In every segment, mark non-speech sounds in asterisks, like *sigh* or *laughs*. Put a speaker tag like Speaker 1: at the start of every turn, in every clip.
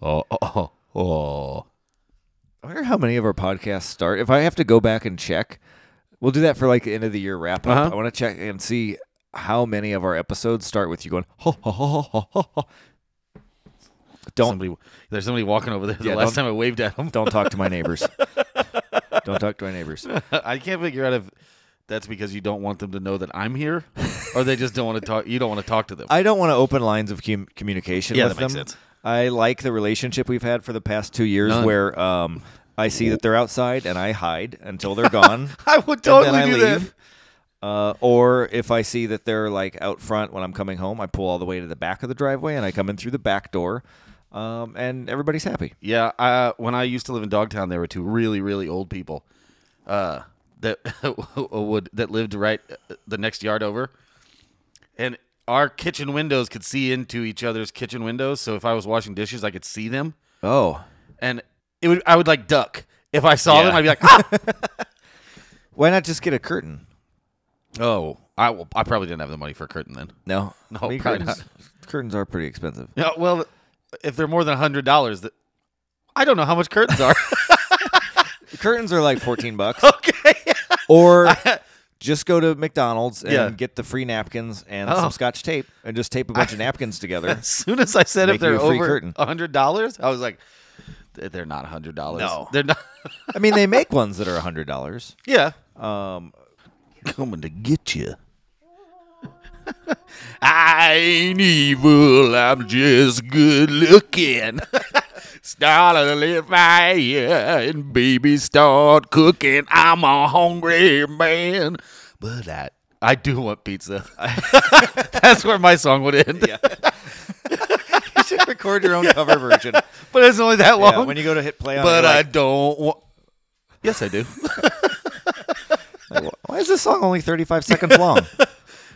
Speaker 1: Oh, *laughs* oh, oh, oh.
Speaker 2: I wonder how many of our podcasts start. If I have to go back and check, we'll do that for like end of the year wrap up.
Speaker 1: Uh-huh.
Speaker 2: I want to check and see how many of our episodes start with you going, ho, ho, ho, ho, ho, ho. Don't
Speaker 1: Somebody, there's somebody walking over there. The
Speaker 2: Yeah,
Speaker 1: last
Speaker 2: don't-
Speaker 1: time I waved at him,
Speaker 2: don't talk to my neighbors.
Speaker 1: *laughs*
Speaker 2: don't talk to my neighbors.
Speaker 1: I can't figure out if that's because you don't want them to know that I'm here, or they just don't want to talk. You don't want to talk to them.
Speaker 2: I don't want to open lines of com- communication
Speaker 1: Yeah,
Speaker 2: with
Speaker 1: that makes
Speaker 2: them.
Speaker 1: sense.
Speaker 2: I like the relationship we've had for the past two years
Speaker 1: None.
Speaker 2: where um, I see that they're outside and I hide until they're gone.
Speaker 1: I would
Speaker 2: and
Speaker 1: totally
Speaker 2: then I
Speaker 1: do
Speaker 2: leave.
Speaker 1: that.
Speaker 2: Uh, or if I see that they're like out front when I'm coming home, I pull all the way to the back of the driveway and I come in through the back door, um, and everybody's happy.
Speaker 1: Yeah, uh, when I used to live in Dogtown, there were two really, really old people uh, that *laughs* would that lived right uh, the next yard over, and our kitchen windows could see into each other's kitchen windows. So if I was washing dishes, I could see them,
Speaker 2: Oh,
Speaker 1: and it would I would like duck if I saw them.
Speaker 2: Yeah.
Speaker 1: I'd be like, *laughs* ah!
Speaker 2: why not just get a curtain?
Speaker 1: oh, I will, I probably didn't have the money for a curtain then.
Speaker 2: No,
Speaker 1: No,
Speaker 2: I mean,
Speaker 1: probably
Speaker 2: curtains, curtains are pretty expensive.
Speaker 1: *laughs* Yeah, well, if they're more than hundred dollars, I don't know how much curtains are.
Speaker 2: *laughs* curtains are like fourteen bucks,
Speaker 1: *laughs* okay,
Speaker 2: *laughs* or just go to McDonald's and
Speaker 1: Yeah.
Speaker 2: get the free napkins and
Speaker 1: Oh.
Speaker 2: some scotch tape, and just tape a bunch of napkins
Speaker 1: *laughs*
Speaker 2: together. *laughs*
Speaker 1: as soon as I said if
Speaker 2: Make you
Speaker 1: they're
Speaker 2: a free
Speaker 1: over
Speaker 2: curtain.
Speaker 1: hundred dollars, I was like, "Th- they're not hundred dollars.
Speaker 2: No.
Speaker 1: they're not.
Speaker 2: I mean, they make ones that are hundred dollars.
Speaker 1: yeah,
Speaker 2: Um,
Speaker 1: coming to get you. *laughs* I ain't evil. I'm just good looking. *laughs* start a little fire and baby start cooking. I'm a hungry man, but I I do want pizza. *laughs* That's where my song would end.
Speaker 2: you should record your own cover *laughs* version.
Speaker 1: But it's only that long.
Speaker 2: Yeah, when you go to hit play on,
Speaker 1: but
Speaker 2: it, you're
Speaker 1: I
Speaker 2: like,
Speaker 1: don't want. Yes, I do.
Speaker 2: Why is this song only 35 seconds
Speaker 1: *laughs*
Speaker 2: long?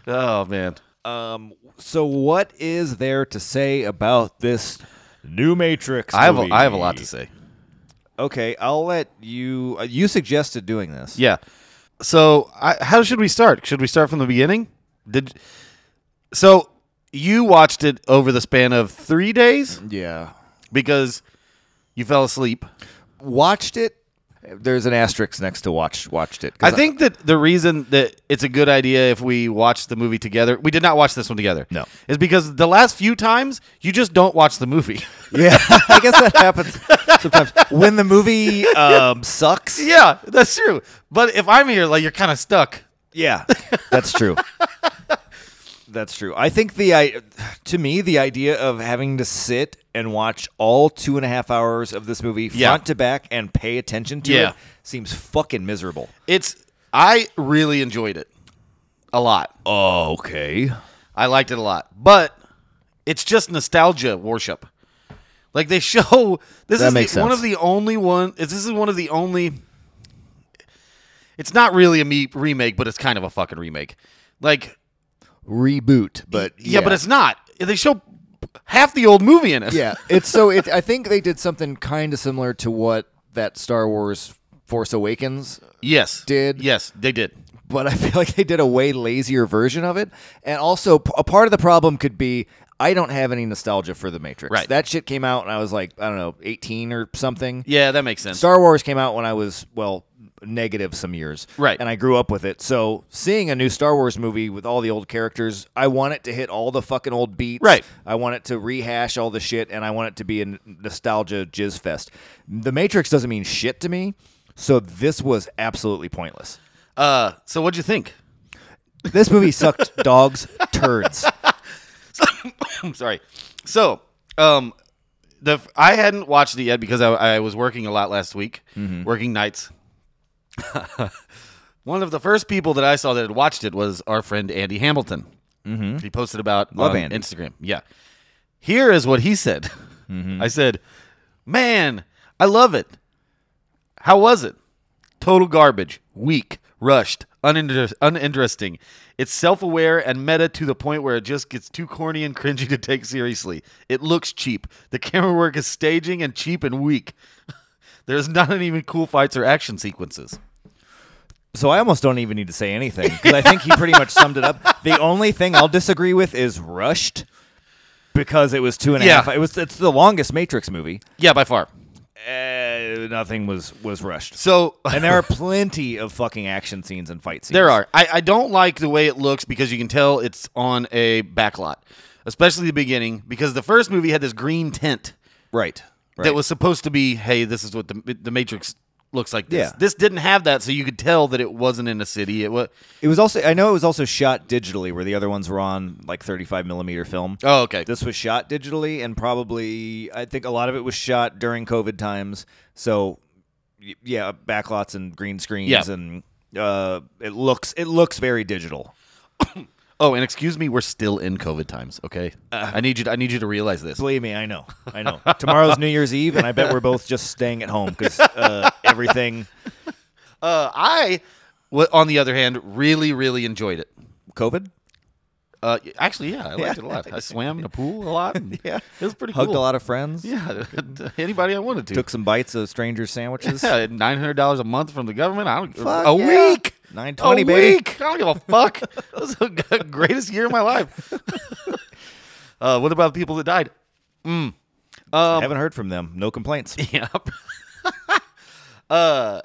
Speaker 1: oh man.
Speaker 2: um, so what is there to say about this new Matrix?
Speaker 1: I have a,
Speaker 2: movie?
Speaker 1: I have a lot to say.
Speaker 2: Okay, I'll let you. Uh, you suggested doing this.
Speaker 1: Yeah. So I, how should we start? Should we start from the beginning? Did so you watched it over the span of three days
Speaker 2: Yeah.
Speaker 1: because you fell asleep.
Speaker 2: Watched it. There's an asterisk next to watch. Watched it. 'cause
Speaker 1: I think that the reason that it's a good idea if we watch the movie together, we did not watch this one together.
Speaker 2: No.
Speaker 1: is because the last few times you just don't watch the movie.
Speaker 2: *laughs*
Speaker 1: *laughs*
Speaker 2: yeah, I guess that happens sometimes when the movie um, sucks.
Speaker 1: yeah, that's true. But if I'm here, like you're kind of stuck.
Speaker 2: Yeah,
Speaker 1: *laughs*
Speaker 2: that's true. that's true. I think the I, to me the idea of having to sit and watch all two and a half hours of this movie
Speaker 1: Yeah.
Speaker 2: front to back and pay attention to
Speaker 1: Yeah.
Speaker 2: it seems fucking miserable.
Speaker 1: It's I really enjoyed it a lot. Oh,
Speaker 2: Okay.
Speaker 1: I liked it a lot, but it's just nostalgia worship. Like they *laughs* show this
Speaker 2: That
Speaker 1: is
Speaker 2: makes
Speaker 1: the, one
Speaker 2: sense.
Speaker 1: of the only one. This is one of the only. It's not really a me remake, but it's kind of a fucking remake. Like
Speaker 2: Reboot, but
Speaker 1: yeah, but it's not. They show half the old movie in it.
Speaker 2: *laughs* yeah, it's so it, I think they did something kind of similar to what that Star Wars Force Awakens
Speaker 1: Yes.
Speaker 2: Did-
Speaker 1: yes they did.
Speaker 2: but I *laughs* feel like they did a way lazier version of it. And also, p- a part of the problem could be I don't have any nostalgia for The Matrix.
Speaker 1: Right.
Speaker 2: That shit came out and I was like, I don't know, 18 or something.
Speaker 1: Yeah, that makes sense.
Speaker 2: Star Wars came out when I was, well, negative some years.
Speaker 1: Right.
Speaker 2: And I grew up with it. So seeing a new Star Wars movie with all the old characters, I want it to hit all the fucking old beats.
Speaker 1: Right.
Speaker 2: I want it to rehash all the shit and I want it to be a n- nostalgia jizz fest. The Matrix doesn't mean shit to me. So this was absolutely pointless
Speaker 1: uh, so what'd you think?
Speaker 2: this movie sucked dogs turds.
Speaker 1: *laughs* I'm sorry. So, um, the I hadn't watched it yet because I, I was working a lot last week,
Speaker 2: Mm-hmm.
Speaker 1: working nights. *laughs* One of the first people that I saw that had watched it was our friend Andy Hamilton. Mm-hmm. He posted about
Speaker 2: Love
Speaker 1: on
Speaker 2: Andy.
Speaker 1: Instagram. Yeah. Here is what he said.
Speaker 2: Mm-hmm.
Speaker 1: I said, "Man, I love it. How was it? Total garbage, weak, rushed, uninter- uninteresting. It's self aware and meta to the point where it just gets too corny and cringy to take seriously. It looks cheap. The camera work is staging and cheap and weak. *laughs* There's not even cool fights or action sequences.
Speaker 2: So I almost don't even need to say anything because I think he pretty much summed it up. The only thing I'll disagree with is rushed. because it was two and a
Speaker 1: Yeah.
Speaker 2: half. It was it's the longest Matrix movie.
Speaker 1: Yeah, by far. Eh,
Speaker 2: Uh, nothing was was rushed,
Speaker 1: So *laughs*
Speaker 2: and there are plenty of fucking action scenes and fight scenes.
Speaker 1: There are. I, I don't like the way it looks because you can tell it's on a backlot, especially the beginning, because the first movie had this green tint
Speaker 2: right, right.
Speaker 1: that was supposed to be, hey, this is what the, the Matrix looks like. This.
Speaker 2: Yeah.
Speaker 1: this didn't have that, so you could tell that it wasn't in a city. It was.
Speaker 2: It was also I know it was also shot digitally where the other ones were on like 35 millimeter film.
Speaker 1: Oh, okay.
Speaker 2: This was shot digitally and probably I think a lot of it was shot during COVID times. So y- yeah, backlots and green screens
Speaker 1: Yeah.
Speaker 2: and uh, it looks it looks very digital.
Speaker 1: Oh, and excuse me, we're still in COVID times. Okay,
Speaker 2: Uh.
Speaker 1: I need you. To, I need you to realize this. Uh,
Speaker 2: Believe me, I know,
Speaker 1: *laughs*
Speaker 2: I know. Tomorrow's New Year's Eve, and I bet we're both just staying at home because uh, everything
Speaker 1: Uh, I, wa- on the other hand, really, really enjoyed it.
Speaker 2: COVID.
Speaker 1: Uh, actually, yeah, I liked it a lot. I swam in a pool a lot. and
Speaker 2: *laughs* Yeah.
Speaker 1: it was pretty
Speaker 2: Hugged
Speaker 1: cool.
Speaker 2: a lot of friends.
Speaker 1: Yeah, *laughs* anybody I wanted to.
Speaker 2: Took some bites of stranger sandwiches.
Speaker 1: Yeah, nine hundred dollars a month from the government. I don't
Speaker 2: Fuck
Speaker 1: a
Speaker 2: yeah.
Speaker 1: week.
Speaker 2: $9.20,
Speaker 1: a
Speaker 2: baby.
Speaker 1: Week. I don't give a fuck. *laughs* that was the greatest year of my life. *laughs* uh, what about the people that died? *laughs* Um,
Speaker 2: Haven't heard from them. No complaints.
Speaker 1: Yep. *laughs* uh,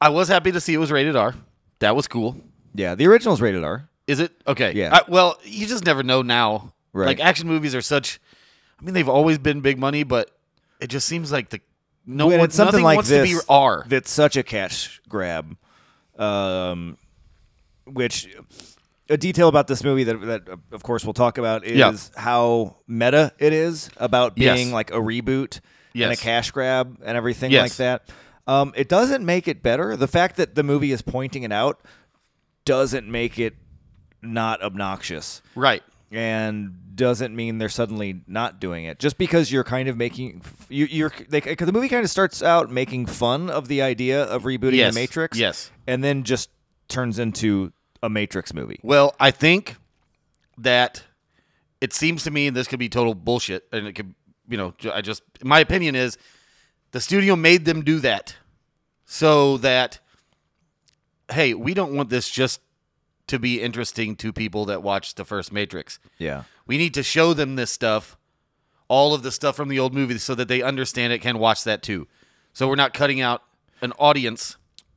Speaker 1: I was happy to see it was rated R. That was cool.
Speaker 2: Yeah, the original's rated R.
Speaker 1: Is it okay?
Speaker 2: Yeah.
Speaker 1: I- well, you just never know now.
Speaker 2: Right.
Speaker 1: Like action movies are such. I mean, they've always been big money, but it just seems like the no
Speaker 2: when
Speaker 1: one
Speaker 2: it's something
Speaker 1: nothing
Speaker 2: like
Speaker 1: wants
Speaker 2: this
Speaker 1: to be R.
Speaker 2: that's such a cash grab um which a detail about this movie that, that uh, of course we'll talk about is
Speaker 1: Yeah.
Speaker 2: how meta it is about
Speaker 1: Yes.
Speaker 2: being like a reboot and a
Speaker 1: Yes.
Speaker 2: cash grab and everything
Speaker 1: Yes.
Speaker 2: like that um, it doesn't make it better the fact that the movie is pointing it out doesn't make it not obnoxious
Speaker 1: right.
Speaker 2: and doesn't mean they're suddenly not doing it just because you're kind of making you, you're like because the movie kind of starts out making fun of the idea of rebooting
Speaker 1: Yes,
Speaker 2: the matrix
Speaker 1: yes.
Speaker 2: and then just turns into a matrix movie
Speaker 1: Well, I think that it seems to me, and this could be total bullshit, and it could, you know, ju- I just, my opinion is the studio made them do that so that, hey, we don't want this just to be interesting to people that watched the first Matrix.
Speaker 2: yeah
Speaker 1: We need to show them this stuff, all of the stuff from the old movies, so that they understand it, can watch that too. So we're not cutting out an audience.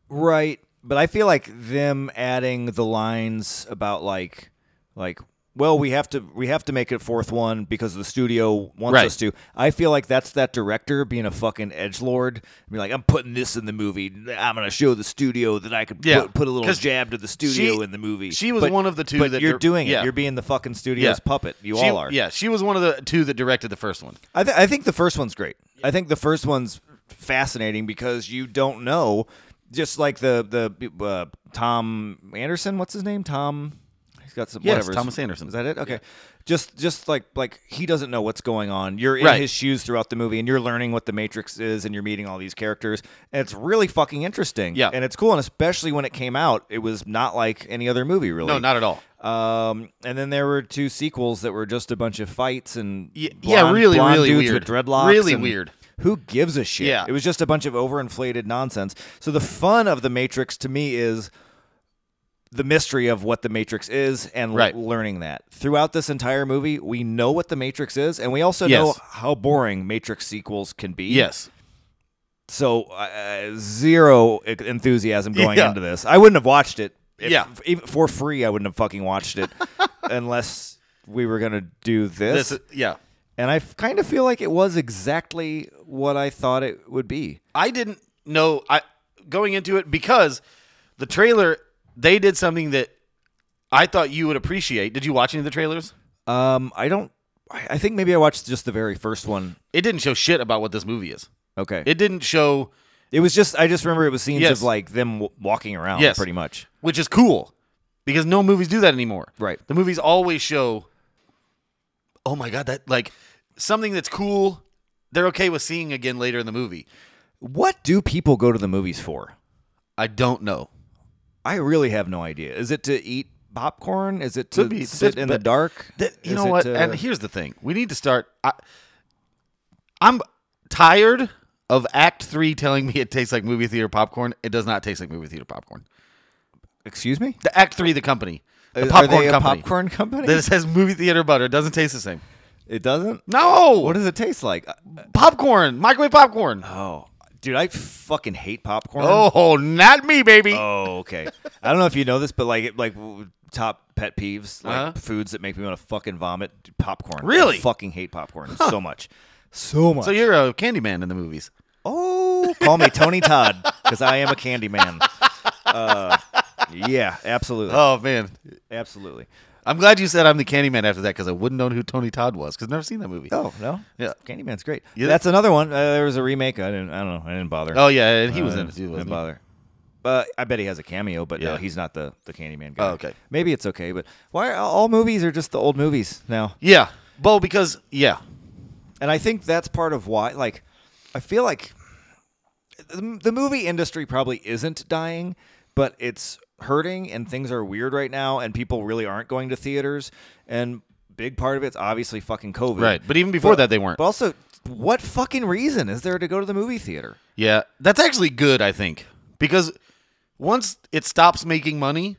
Speaker 2: right but i feel like them adding the lines about like like well we have to we have to make it a fourth one because the studio wants
Speaker 1: Right.
Speaker 2: us to i feel like that's that director being a fucking edge lord be like i'm putting this in the movie i'm gonna show the studio that i could
Speaker 1: Yeah.
Speaker 2: put, put a little
Speaker 1: 'Cause
Speaker 2: jab to the studio
Speaker 1: she-
Speaker 2: in the movie
Speaker 1: she was one of the two
Speaker 2: but
Speaker 1: that
Speaker 2: you're
Speaker 1: dir-
Speaker 2: doing
Speaker 1: yeah.
Speaker 2: it you're being the fucking studio's puppet you
Speaker 1: She-
Speaker 2: all are
Speaker 1: Yeah, she was one of the two that directed the first one.
Speaker 2: I, th- I think the first one's great. I think the first one's fascinating because you don't know, just like the the uh, Tom Anderson. What's his name? Tom. He's got some
Speaker 1: Yes,
Speaker 2: whatever.
Speaker 1: Thomas Anderson.
Speaker 2: Is that it? Okay. Just just like like he doesn't know what's going on. You're in
Speaker 1: Right.
Speaker 2: his shoes throughout the movie, and you're learning what the Matrix is, and you're meeting all these characters, and it's really fucking interesting.
Speaker 1: Yeah.
Speaker 2: And it's cool, and especially when it came out, it was not like any other movie really.
Speaker 1: No, not at all.
Speaker 2: Um, and then there were two sequels that were just a bunch of fights and
Speaker 1: Y-
Speaker 2: blonde,
Speaker 1: yeah, really,
Speaker 2: blonde
Speaker 1: really
Speaker 2: dudes
Speaker 1: weird.
Speaker 2: with dreadlocks,
Speaker 1: Really
Speaker 2: and
Speaker 1: weird.
Speaker 2: Who gives a shit?
Speaker 1: Yeah.
Speaker 2: it was just a bunch of overinflated nonsense. So the fun of the Matrix to me is the mystery of what the Matrix is and l-
Speaker 1: Right.
Speaker 2: learning that throughout this entire movie. We know what the Matrix is, and we also know
Speaker 1: Yes.
Speaker 2: how boring Matrix sequels can be.
Speaker 1: Yes.
Speaker 2: So uh, zero e- enthusiasm going
Speaker 1: Yeah.
Speaker 2: into this. I wouldn't have watched it. If,
Speaker 1: Yeah.
Speaker 2: even for free, I wouldn't have fucking
Speaker 1: *laughs*
Speaker 2: watched it unless we were gonna do this.
Speaker 1: This, yeah.
Speaker 2: and I f- kind of feel like it was exactly what I thought it would be.
Speaker 1: I didn't know I going into it because the trailer they did something that I thought you would appreciate. Did you watch any of the trailers?
Speaker 2: Um, I don't. I I think maybe I watched just the very first one.
Speaker 1: It didn't show shit about what this movie is.
Speaker 2: Okay. It,
Speaker 1: It didn't show,
Speaker 2: was just. I just remember it was scenes
Speaker 1: Yes.
Speaker 2: of like them w- walking around.
Speaker 1: Yes.
Speaker 2: Pretty much.
Speaker 1: which is cool because no movies do that anymore.
Speaker 2: Right.
Speaker 1: The movies always show oh my god, that like something that's cool they're okay with seeing again later in the movie.
Speaker 2: What do people go to the movies for?
Speaker 1: I don't know.
Speaker 2: I really have no idea. Is it to eat popcorn? Is it to
Speaker 1: Could be.
Speaker 2: sit
Speaker 1: That's-
Speaker 2: in the
Speaker 1: but
Speaker 2: dark?
Speaker 1: That, you
Speaker 2: Is
Speaker 1: know
Speaker 2: it uh,
Speaker 1: what?
Speaker 2: to-
Speaker 1: and here's the thing: we need to start. I, I'm tired of Act Three telling me it tastes like movie theater popcorn. It does not taste like movie theater popcorn.
Speaker 2: excuse me.
Speaker 1: The Act Three, the company, the
Speaker 2: Are-
Speaker 1: popcorn
Speaker 2: Are they a
Speaker 1: company,
Speaker 2: popcorn company?
Speaker 1: that it says movie theater butter it doesn't taste the same.
Speaker 2: It doesn't.
Speaker 1: No.
Speaker 2: What does it taste like? Uh,
Speaker 1: popcorn? Microwave popcorn.
Speaker 2: Oh, dude, I fucking hate popcorn.
Speaker 1: Oh, not me, baby.
Speaker 2: Oh, okay. I don't know if you know this, but like, it- like w- top pet peeves, like
Speaker 1: Uh-huh.
Speaker 2: foods that make me want to fucking vomit, popcorn.
Speaker 1: Really?
Speaker 2: I fucking hate popcorn so much, so much.
Speaker 1: So you're a candy man in the movies.
Speaker 2: oh, call me Tony Todd because I am a candy man. Uh, yeah, absolutely,
Speaker 1: Oh man,
Speaker 2: absolutely.
Speaker 1: I'm glad you said I'm the candy man after that because I wouldn't know who Tony Todd was because I've never seen that movie.
Speaker 2: Oh no,
Speaker 1: Yeah.
Speaker 2: Candyman's great.
Speaker 1: Yeah.
Speaker 2: That's another one. Uh, there was a remake. I didn't. I don't know. I didn't bother.
Speaker 1: Oh, yeah, and he
Speaker 2: Uh,
Speaker 1: was in
Speaker 2: didn't-
Speaker 1: it too. Wasn't
Speaker 2: Didn't
Speaker 1: he?
Speaker 2: bother. Uh, I bet he has a cameo, but no,
Speaker 1: Yeah.
Speaker 2: he's not the the Candyman guy.
Speaker 1: Oh, okay.
Speaker 2: maybe it's okay. But why all movies are just the old movies now?
Speaker 1: Yeah, Bo, because yeah,
Speaker 2: And I think that's part of why. Like, I feel like the, the movie industry probably isn't dying, but it's hurting, and things are weird right now, and people really aren't going to theaters. And big part of it's obviously fucking COVID.
Speaker 1: Right, but even before that, they weren't.
Speaker 2: But also, what fucking reason is there to go to the movie theater?
Speaker 1: yeah, that's actually good. I think because once it stops making money,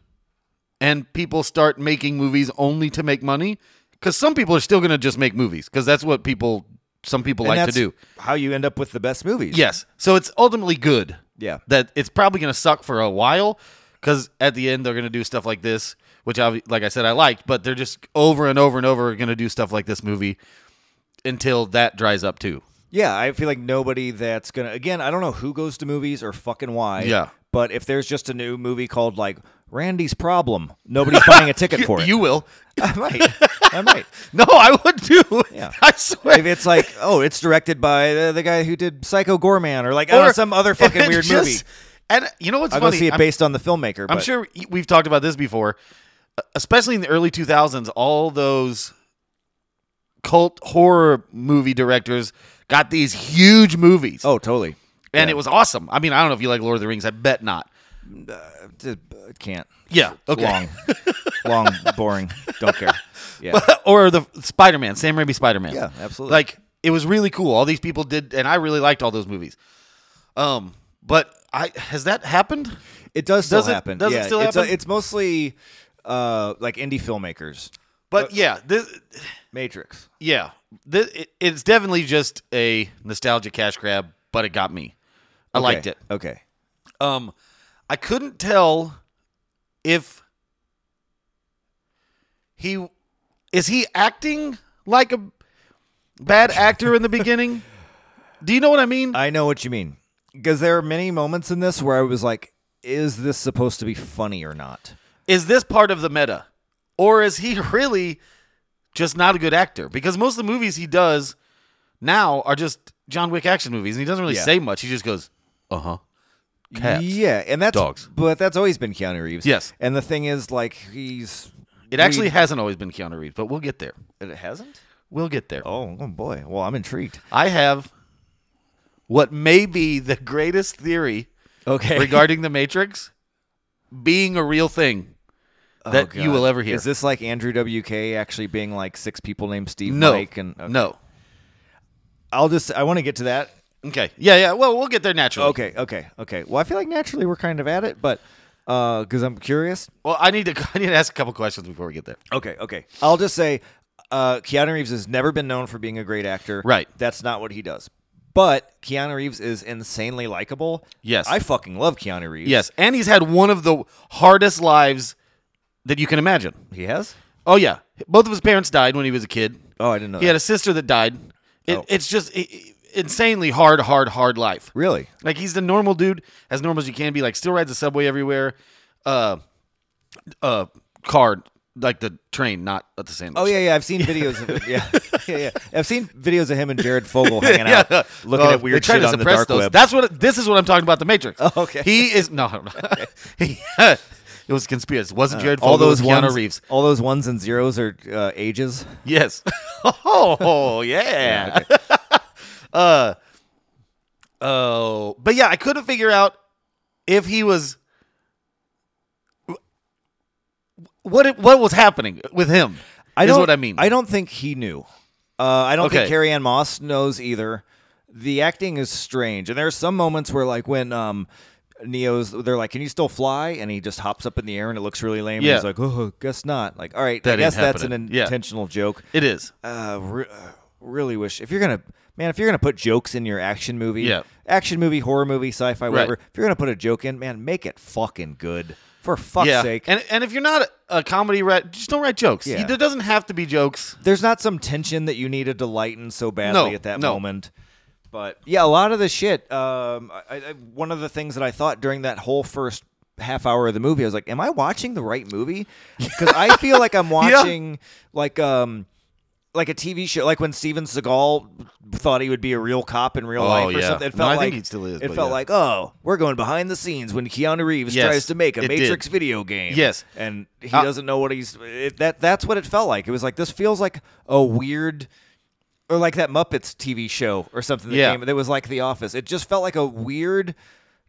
Speaker 1: and people start making movies only to make money, because some people are still going to just make movies because that's what people some people
Speaker 2: And
Speaker 1: like to
Speaker 2: that's
Speaker 1: do.
Speaker 2: how you end up with the best movies.
Speaker 1: Yes. So it's ultimately good.
Speaker 2: Yeah.
Speaker 1: That it's probably going to suck for a while because at the end they're going to do stuff like this, which I like I said I liked, but they're just over and over and over going to do stuff like this movie until that dries up too.
Speaker 2: Yeah, I feel like nobody that's gonna. Again, I don't know who goes to movies or fucking why.
Speaker 1: Yeah.
Speaker 2: But if there's just a new movie called like Randy's Problem, nobody's buying a ticket for
Speaker 1: *laughs*
Speaker 2: it.
Speaker 1: You will.
Speaker 2: *laughs* I might. I
Speaker 1: *laughs*
Speaker 2: might.
Speaker 1: No, I would too.
Speaker 2: Yeah.
Speaker 1: *laughs* I swear.
Speaker 2: If it's like, oh, it's directed by the, the guy who did Psycho Gorman or like I don't know,
Speaker 1: Or-
Speaker 2: uh,
Speaker 1: *laughs*
Speaker 2: some other fucking
Speaker 1: and
Speaker 2: weird
Speaker 1: just-
Speaker 2: movie.
Speaker 1: And you know what's
Speaker 2: I'll go
Speaker 1: funny?
Speaker 2: see it
Speaker 1: I'm-
Speaker 2: based on the filmmaker.
Speaker 1: I'm
Speaker 2: but
Speaker 1: sure we've talked about this before, uh, especially in the early 2000s. All those cult horror movie directors got these huge movies,
Speaker 2: Oh, totally.
Speaker 1: and it was awesome. I mean, I don't know if you like Lord of the Rings. I bet not.
Speaker 2: D- Can't.
Speaker 1: Yeah. Okay.
Speaker 2: Long. Long. Boring. Don't care. Yeah.
Speaker 1: *laughs* or the Spider Man, Sam Raimi Spider Man.
Speaker 2: Yeah, absolutely.
Speaker 1: Like it was really cool. All these people did, and I really liked all those movies. Um, but I has that happened?
Speaker 2: It does still
Speaker 1: Does it-
Speaker 2: happen.
Speaker 1: does it
Speaker 2: yeah,
Speaker 1: still
Speaker 2: it's, uh,
Speaker 1: happen?
Speaker 2: it's mostly uh, like indie filmmakers.
Speaker 1: But yeah, this
Speaker 2: Matrix.
Speaker 1: Yeah, Th- it, it's definitely just a nostalgia cash grab, but it got me. I liked it.
Speaker 2: Okay.
Speaker 1: Um, I couldn't tell if he is he acting like a bad actor in the beginning. Do you know what I mean?
Speaker 2: I know what you mean. Because there are many moments in this where I was like, is this supposed to be funny or not?
Speaker 1: is this part of the meta, or is he *laughs* really just not a good actor? Because most of the movies he does now are just John Wick action movies, and he doesn't really
Speaker 2: Yeah. Uh-huh.
Speaker 1: say much. He just goes, "Uh huh." Cats.
Speaker 2: Yeah, and that's
Speaker 1: Dogs.
Speaker 2: but that's always been Keanu Reeves.
Speaker 1: Yes.
Speaker 2: and the thing is, like, he's
Speaker 1: It actually
Speaker 2: we-
Speaker 1: hasn't always been Keanu Reeves, but we'll get there.
Speaker 2: it hasn't.
Speaker 1: We'll get there.
Speaker 2: Oh, oh boy, well I'm intrigued.
Speaker 1: I have what may be the greatest
Speaker 2: *laughs*
Speaker 1: theory
Speaker 2: Okay,
Speaker 1: regarding the Matrix being a real thing *laughs* that you will ever hear.
Speaker 2: Oh, Is this like Andrew WK actually being like six people named Steve?
Speaker 1: no,
Speaker 2: Mike and okay.
Speaker 1: no.
Speaker 2: I'll just I want to get to that.
Speaker 1: Okay. Yeah, yeah. Well, we'll get there naturally.
Speaker 2: Okay, okay, okay. Well, I feel like naturally we're kind of at it, but because I'm curious,
Speaker 1: Well, I need to. *laughs* I need to ask a couple questions before we get there.
Speaker 2: Okay, okay. I'll just say uh, Keanu Reeves has never been known for being a great actor.
Speaker 1: Right.
Speaker 2: That's not what he does. But Keanu Reeves is insanely likable.
Speaker 1: Yes.
Speaker 2: I fucking love Keanu Reeves.
Speaker 1: Yes, and he's had one of the hardest lives that you can imagine.
Speaker 2: He has?
Speaker 1: Oh yeah, both of his parents died when he was a kid.
Speaker 2: Oh, I didn't know
Speaker 1: He
Speaker 2: that.
Speaker 1: had a sister that died. It,
Speaker 2: Oh.
Speaker 1: It's just i- i- insanely hard, hard, hard life.
Speaker 2: really?
Speaker 1: Like he's the normal dude, as normal as you can be. Like still rides the subway everywhere. Uh, uh, car like the train, not at the sandwich.
Speaker 2: Oh yeah, yeah. I've seen videos
Speaker 1: *laughs*
Speaker 2: of it. Yeah. yeah, yeah. I've seen videos of him and Jared Fogle hanging out looking
Speaker 1: Oh,
Speaker 2: at
Speaker 1: they
Speaker 2: weird
Speaker 1: try
Speaker 2: shit
Speaker 1: to
Speaker 2: on the
Speaker 1: suppress
Speaker 2: dark
Speaker 1: those.
Speaker 2: web.
Speaker 1: That's what. This is what I'm talking about. The Matrix.
Speaker 2: Oh, *laughs* okay.
Speaker 1: He is no. no, *laughs* no. He- it was a conspiracy. It wasn't Jared Fogle.
Speaker 2: Uh, all those
Speaker 1: it was Keanu
Speaker 2: ones,
Speaker 1: Reeves.
Speaker 2: all those ones and zeros are uh, ages.
Speaker 1: Yes. *laughs* oh yeah. *laughs* uh. Oh, but yeah, I couldn't figure out if he was what it, what was happening with him.
Speaker 2: I
Speaker 1: is
Speaker 2: don't,
Speaker 1: what I mean.
Speaker 2: I don't think he knew. Uh, I don't
Speaker 1: Okay.
Speaker 2: think Carrie Ann Moss knows either. The acting is strange, and there are some moments where, like when um, Neo's they're like, "Can you still fly?" And he just hops up in the air, and it looks really lame.
Speaker 1: Yeah.
Speaker 2: And he's like, "Oh, guess not." Like, all right,
Speaker 1: That
Speaker 2: I
Speaker 1: ain't
Speaker 2: guess that's an
Speaker 1: happening. Yeah.
Speaker 2: intentional joke.
Speaker 1: It is.
Speaker 2: Uh, re- uh, really wish if you're gonna, man, if you're gonna put jokes in your action movie,
Speaker 1: Yeah.
Speaker 2: action movie, horror movie, sci-fi, whatever. If you're gonna put a joke in, man, make it fucking good. For fuck's
Speaker 1: yeah.
Speaker 2: sake,
Speaker 1: And and if you're not a comedy rat, just don't write jokes.
Speaker 2: Yeah.
Speaker 1: There doesn't have to be jokes.
Speaker 2: there's not some tension that you needed to lighten so badly
Speaker 1: No,
Speaker 2: at that
Speaker 1: no.
Speaker 2: moment. But yeah, a lot of the shit. Um, I, I, one of the things that I thought during that whole first half hour of the movie, I was like, "Am I watching the right
Speaker 1: *laughs*
Speaker 2: movie?" Because I feel like I'm watching like um like a TV show, like when Steven Seagal thought he would be a real cop in real
Speaker 1: Oh,
Speaker 2: life or
Speaker 1: yeah.
Speaker 2: something. It
Speaker 1: No,
Speaker 2: felt
Speaker 1: I
Speaker 2: like
Speaker 1: think he still is,
Speaker 2: It
Speaker 1: but
Speaker 2: felt
Speaker 1: yeah.
Speaker 2: like, oh, we're going behind the scenes when Keanu Reeves
Speaker 1: Yes,
Speaker 2: tries to make a
Speaker 1: it did.
Speaker 2: Matrix video game.
Speaker 1: Yes.
Speaker 2: and he
Speaker 1: Uh,
Speaker 2: doesn't know what he's it, that. That's what it felt like. It was like this feels like a weird, or like that Muppets TV show or something. That
Speaker 1: Yeah.
Speaker 2: came, that was like The Office. It just felt like a weird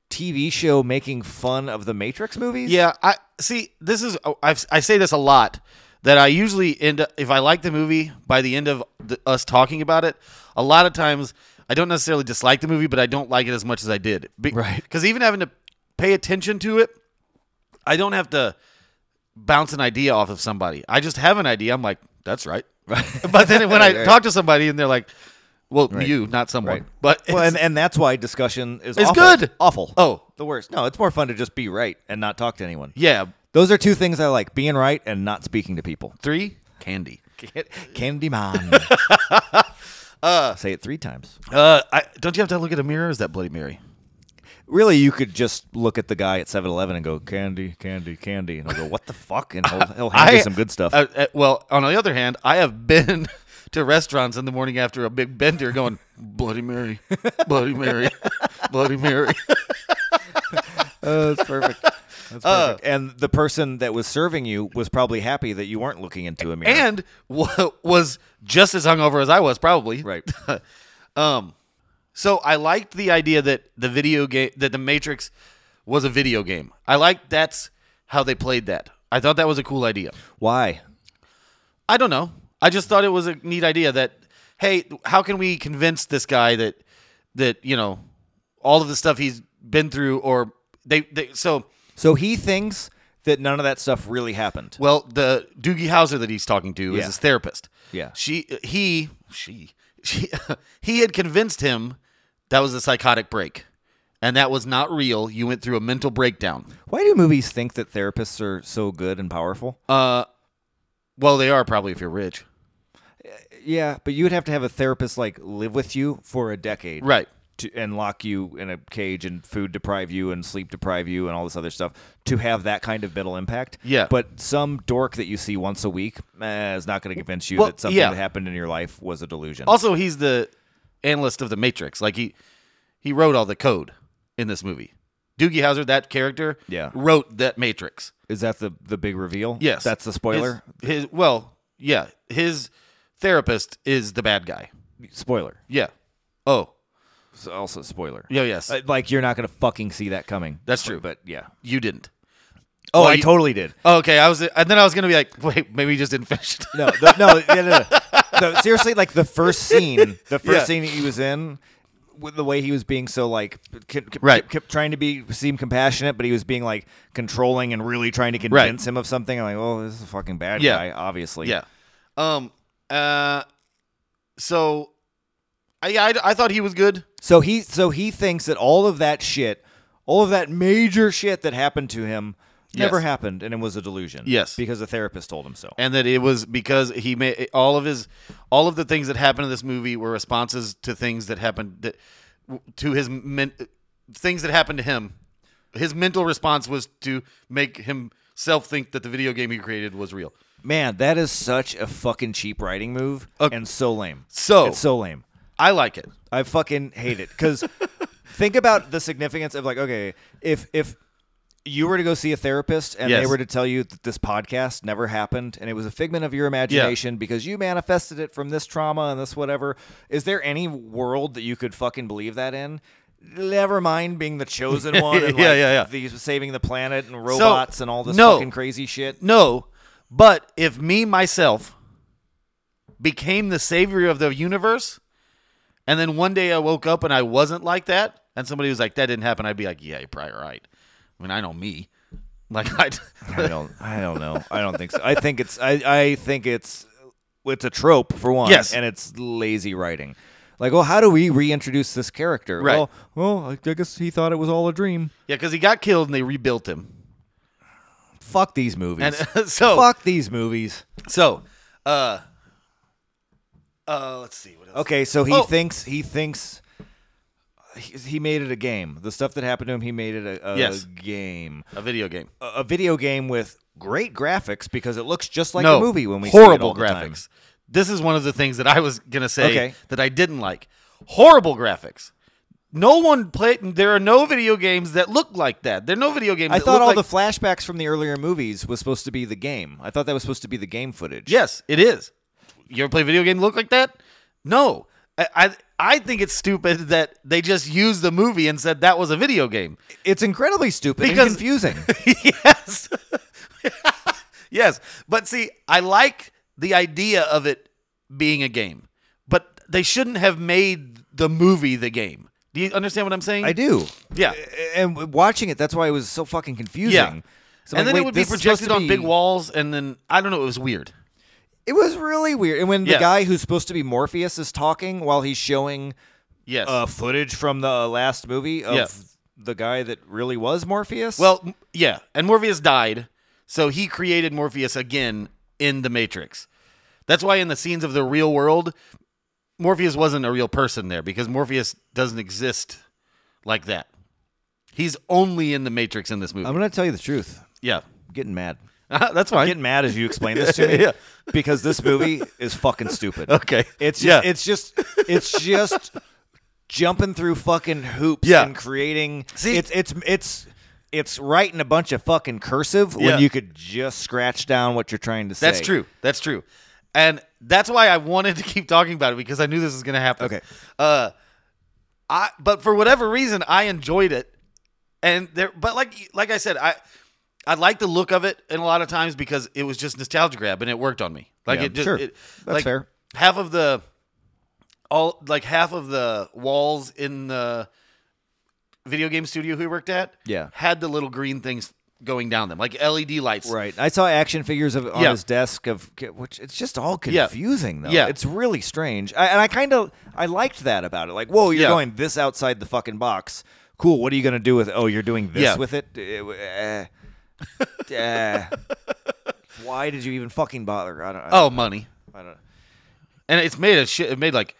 Speaker 2: TV show making fun of the Matrix movies.
Speaker 1: Yeah, I see. This is oh, I've, I say this a lot that I usually end up if I like the movie by the end of the, us talking about it. A lot of times I don't necessarily dislike the movie, but I don't like it as much as I did. Be,
Speaker 2: Right.
Speaker 1: Because even having to pay attention to it, I don't have to bounce an idea off of somebody. I just have an idea. I'm like, that's right. but then when I
Speaker 2: *laughs* Right.
Speaker 1: talk to somebody and they're like, well, you, not someone,
Speaker 2: Right.
Speaker 1: but
Speaker 2: Well,
Speaker 1: it's-
Speaker 2: and, and that's why discussion is
Speaker 1: It's
Speaker 2: awful.
Speaker 1: good.
Speaker 2: Awful.
Speaker 1: Oh.
Speaker 2: the worst. No, it's more fun to just be right and not talk to anyone.
Speaker 1: yeah,
Speaker 2: Those are two things I like: being right and not speaking
Speaker 1: *laughs*
Speaker 2: to people.
Speaker 1: three candy. *laughs*
Speaker 2: Candyman. uh, Say it three times.
Speaker 1: Uh, I, don't you have to look at a mirror? Or is that Bloody Mary?
Speaker 2: Really, you could just look at the guy at 7-Eleven and go, candy, candy, candy. And he'll go, what the fuck? And he'll, he'll hand you some good stuff.
Speaker 1: uh, uh, well, on the other hand, I have been *laughs* to restaurants in the morning after a big bender, going Bloody Mary, Bloody Mary, Bloody
Speaker 2: *laughs*
Speaker 1: Mary.
Speaker 2: Oh, that's perfect. That's perfect. Uh, and the person that was serving you was probably happy that you weren't looking into a mirror.
Speaker 1: and wa was just as hungover as I was, probably.
Speaker 2: Right. *laughs*
Speaker 1: um, so I liked the idea that the video game that the Matrix was a video game. I liked that's how they played that. I thought that was a cool idea.
Speaker 2: Why?
Speaker 1: I don't know. I just thought it was a neat idea that hey, how can we convince this guy that that you know all of the stuff he's been through or they, they so
Speaker 2: So he thinks that none of that stuff really happened.
Speaker 1: well the Doogie Howser that he's talking to is
Speaker 2: Yeah.
Speaker 1: his therapist.
Speaker 2: Yeah.
Speaker 1: She he she she *laughs* he had convinced him that was a psychotic break. And that was not real. You went through a mental breakdown.
Speaker 2: Why do movies think that therapists are so good and powerful?
Speaker 1: Uh well, they are probably if you're rich.
Speaker 2: yeah, but you would have to have a therapist like live with you for a decade.
Speaker 1: Right.
Speaker 2: to, and lock you in a cage and food deprive you and sleep deprive you and all this other stuff to have that kind of mental impact.
Speaker 1: Yeah.
Speaker 2: But some dork that you see once a week eh, is not going to convince you
Speaker 1: Well,
Speaker 2: that something
Speaker 1: yeah.
Speaker 2: that happened in your life was a delusion.
Speaker 1: Also, he's the analyst of the Matrix. Like he he wrote all the code in this movie. Doogie Howser, that character,
Speaker 2: Yeah.
Speaker 1: wrote that Matrix.
Speaker 2: is that the, the big reveal?
Speaker 1: Yes,
Speaker 2: That's the spoiler?
Speaker 1: His, his- well, yeah, his therapist is the bad guy.
Speaker 2: Spoiler.
Speaker 1: Yeah. Oh,
Speaker 2: It's also a spoiler.
Speaker 1: yeah, yes,
Speaker 2: Uh, Like you're not going to fucking see that coming.
Speaker 1: that's true.
Speaker 2: But yeah.
Speaker 1: you didn't.
Speaker 2: Oh,
Speaker 1: Well,
Speaker 2: I
Speaker 1: you-
Speaker 2: totally did.
Speaker 1: okay, I was, and then I was gonna be like, wait, maybe he just didn't *laughs* finish
Speaker 2: *laughs*
Speaker 1: it.
Speaker 2: No, the, no, yeah, no, no. The- seriously, like the first scene, the first
Speaker 1: *laughs* Yeah.
Speaker 2: scene that he was in, with the way he was being so like, kept, kept,
Speaker 1: Right.
Speaker 2: kept, trying to be seem compassionate, but he was being like controlling and really trying to convince him of something. I'm like, well, this is a fucking bad
Speaker 1: Yeah.
Speaker 2: guy, obviously.
Speaker 1: Yeah. Um. Uh. So, I, yeah, I I thought he was good.
Speaker 2: So he, so he thinks that all of that shit, all of that major shit that happened to him, never
Speaker 1: Yes.
Speaker 2: happened, and it was a delusion.
Speaker 1: Yes.
Speaker 2: because the therapist told him so.
Speaker 1: and that it was because he made all of his all of the things that happened in this movie were responses to things that happened that, to his men, things that happened to him his mental response was to make himself think that the video game he created was real
Speaker 2: Man, that is such a fucking cheap writing move, and so lame.
Speaker 1: so-
Speaker 2: it's so lame.
Speaker 1: i like it
Speaker 2: I fucking hate
Speaker 1: *laughs*
Speaker 2: it because think about the significance of like, okay, if if you were to go see a therapist and they
Speaker 1: Yes.
Speaker 2: were to tell you that this podcast never happened and it was a figment of your imagination because you manifested it from this trauma and this whatever, is there any world that you could fucking believe that in? Never mind being the
Speaker 1: *laughs*
Speaker 2: chosen one and
Speaker 1: Yeah,
Speaker 2: like
Speaker 1: yeah, yeah.
Speaker 2: The saving the planet and robots and all this
Speaker 1: no.
Speaker 2: fucking crazy shit.
Speaker 1: no but if me myself became the savior of the universe and then one day i woke up and i wasn't like that and somebody was like, "That didn't happen," I'd be like, "Yeah, you're probably right." I mean, I know me. *laughs* Like I, *laughs*
Speaker 2: I don't. I don't know. I don't think so. I think it's. I. I think it's. It's a trope for one.
Speaker 1: Yes.
Speaker 2: And it's lazy writing. Like, well, how do we reintroduce this character?
Speaker 1: Right.
Speaker 2: Well, well, I- I guess he thought it was all a dream.
Speaker 1: yeah, because he got killed and they rebuilt him.
Speaker 2: Fuck these movies.
Speaker 1: And uh, *laughs* so,
Speaker 2: Fuck these movies.
Speaker 1: so, uh, uh, let's see what else.
Speaker 2: Okay, so he
Speaker 1: Oh.
Speaker 2: thinks he thinks he, he made it a game. The stuff that happened to him, he made it a, a
Speaker 1: Yes.
Speaker 2: game,
Speaker 1: A video game.
Speaker 2: a, a video game with great graphics because it looks just like
Speaker 1: no
Speaker 2: a movie when we see it all
Speaker 1: horrible
Speaker 2: the time.
Speaker 1: graphics. This is one of the things that I was gonna say
Speaker 2: Okay.
Speaker 1: that I didn't like. Horrible graphics. No one played. There are no video games that look like that. There are no video games.
Speaker 2: I
Speaker 1: that
Speaker 2: thought
Speaker 1: look
Speaker 2: all
Speaker 1: like-
Speaker 2: the flashbacks from the earlier movies was supposed to be the game. I thought that was supposed to be the game footage.
Speaker 1: Yes, it is. You ever play a video game that look like that? No. I, I I think it's stupid that they just used the movie and said that was a video game.
Speaker 2: It's incredibly stupid
Speaker 1: Because-
Speaker 2: and confusing.
Speaker 1: yes. *laughs* yes. But see, I like the idea of it being a game, but they shouldn't have made the movie the game. Do you understand what I'm saying?
Speaker 2: I
Speaker 1: *laughs*
Speaker 2: do.
Speaker 1: Yeah.
Speaker 2: And w- watching it, that's why it was so fucking confusing.
Speaker 1: Yeah.
Speaker 2: So
Speaker 1: and
Speaker 2: like,
Speaker 1: then it
Speaker 2: wait,
Speaker 1: would be
Speaker 2: this is supposed
Speaker 1: projected
Speaker 2: to
Speaker 1: on
Speaker 2: be-
Speaker 1: big walls, and then I don't know. It was weird.
Speaker 2: It was really weird. And when
Speaker 1: Yeah.
Speaker 2: the guy who's supposed to be Morpheus is talking while he's showing
Speaker 1: Yes.
Speaker 2: uh, footage from the last movie of
Speaker 1: Yeah.
Speaker 2: the guy that really was Morpheus.
Speaker 1: Well, m- yeah, and Morpheus died, so he created Morpheus again in the Matrix. That's why in the scenes of the real world, Morpheus wasn't a real person there because Morpheus doesn't exist like that. He's only in the Matrix in this movie.
Speaker 2: I'm gonna tell you the truth.
Speaker 1: yeah, *laughs*
Speaker 2: I'm getting mad.
Speaker 1: that's fine.
Speaker 2: Getting mad as you
Speaker 1: *laughs*
Speaker 2: explain this to me.
Speaker 1: Yeah.
Speaker 2: Because
Speaker 1: *laughs*
Speaker 2: this movie is fucking stupid.
Speaker 1: okay,
Speaker 2: It's
Speaker 1: yeah,
Speaker 2: just, it's just it's just jumping through fucking hoops
Speaker 1: Yeah.
Speaker 2: and creating
Speaker 1: See-
Speaker 2: it's it's it's it's writing a bunch of fucking cursive
Speaker 1: Yeah.
Speaker 2: when you could just scratch down what you're trying to say.
Speaker 1: that's true. That's true, and that's why I wanted to keep talking about it because I knew this was going to happen.
Speaker 2: Okay.
Speaker 1: Uh, I but for whatever reason I enjoyed it, and there. But like like I said, I I like the look of it, and a lot of times because it was just nostalgia grab, and it worked on me. Like
Speaker 2: Yeah,
Speaker 1: it just
Speaker 2: sure.
Speaker 1: it,
Speaker 2: That's
Speaker 1: like,
Speaker 2: fair.
Speaker 1: Half of the all like half of the walls in the video game studio he worked at,
Speaker 2: Yeah.
Speaker 1: had the little green things going down them, like LED lights.
Speaker 2: Right. I saw action figures of on
Speaker 1: Yeah.
Speaker 2: his desk of which it's just all confusing though.
Speaker 1: Yeah.
Speaker 2: It's really strange. I, and I kind of I liked that about it. Like, whoa, you're
Speaker 1: Yeah.
Speaker 2: going this outside the fucking box. Cool. What are you gonna do with? Oh, you're doing this
Speaker 1: Yeah.
Speaker 2: with it. Eh, eh, eh. why did you even fucking bother? I don't. I don't,
Speaker 1: Oh, money,
Speaker 2: I don't
Speaker 1: and it's made a shit. It made like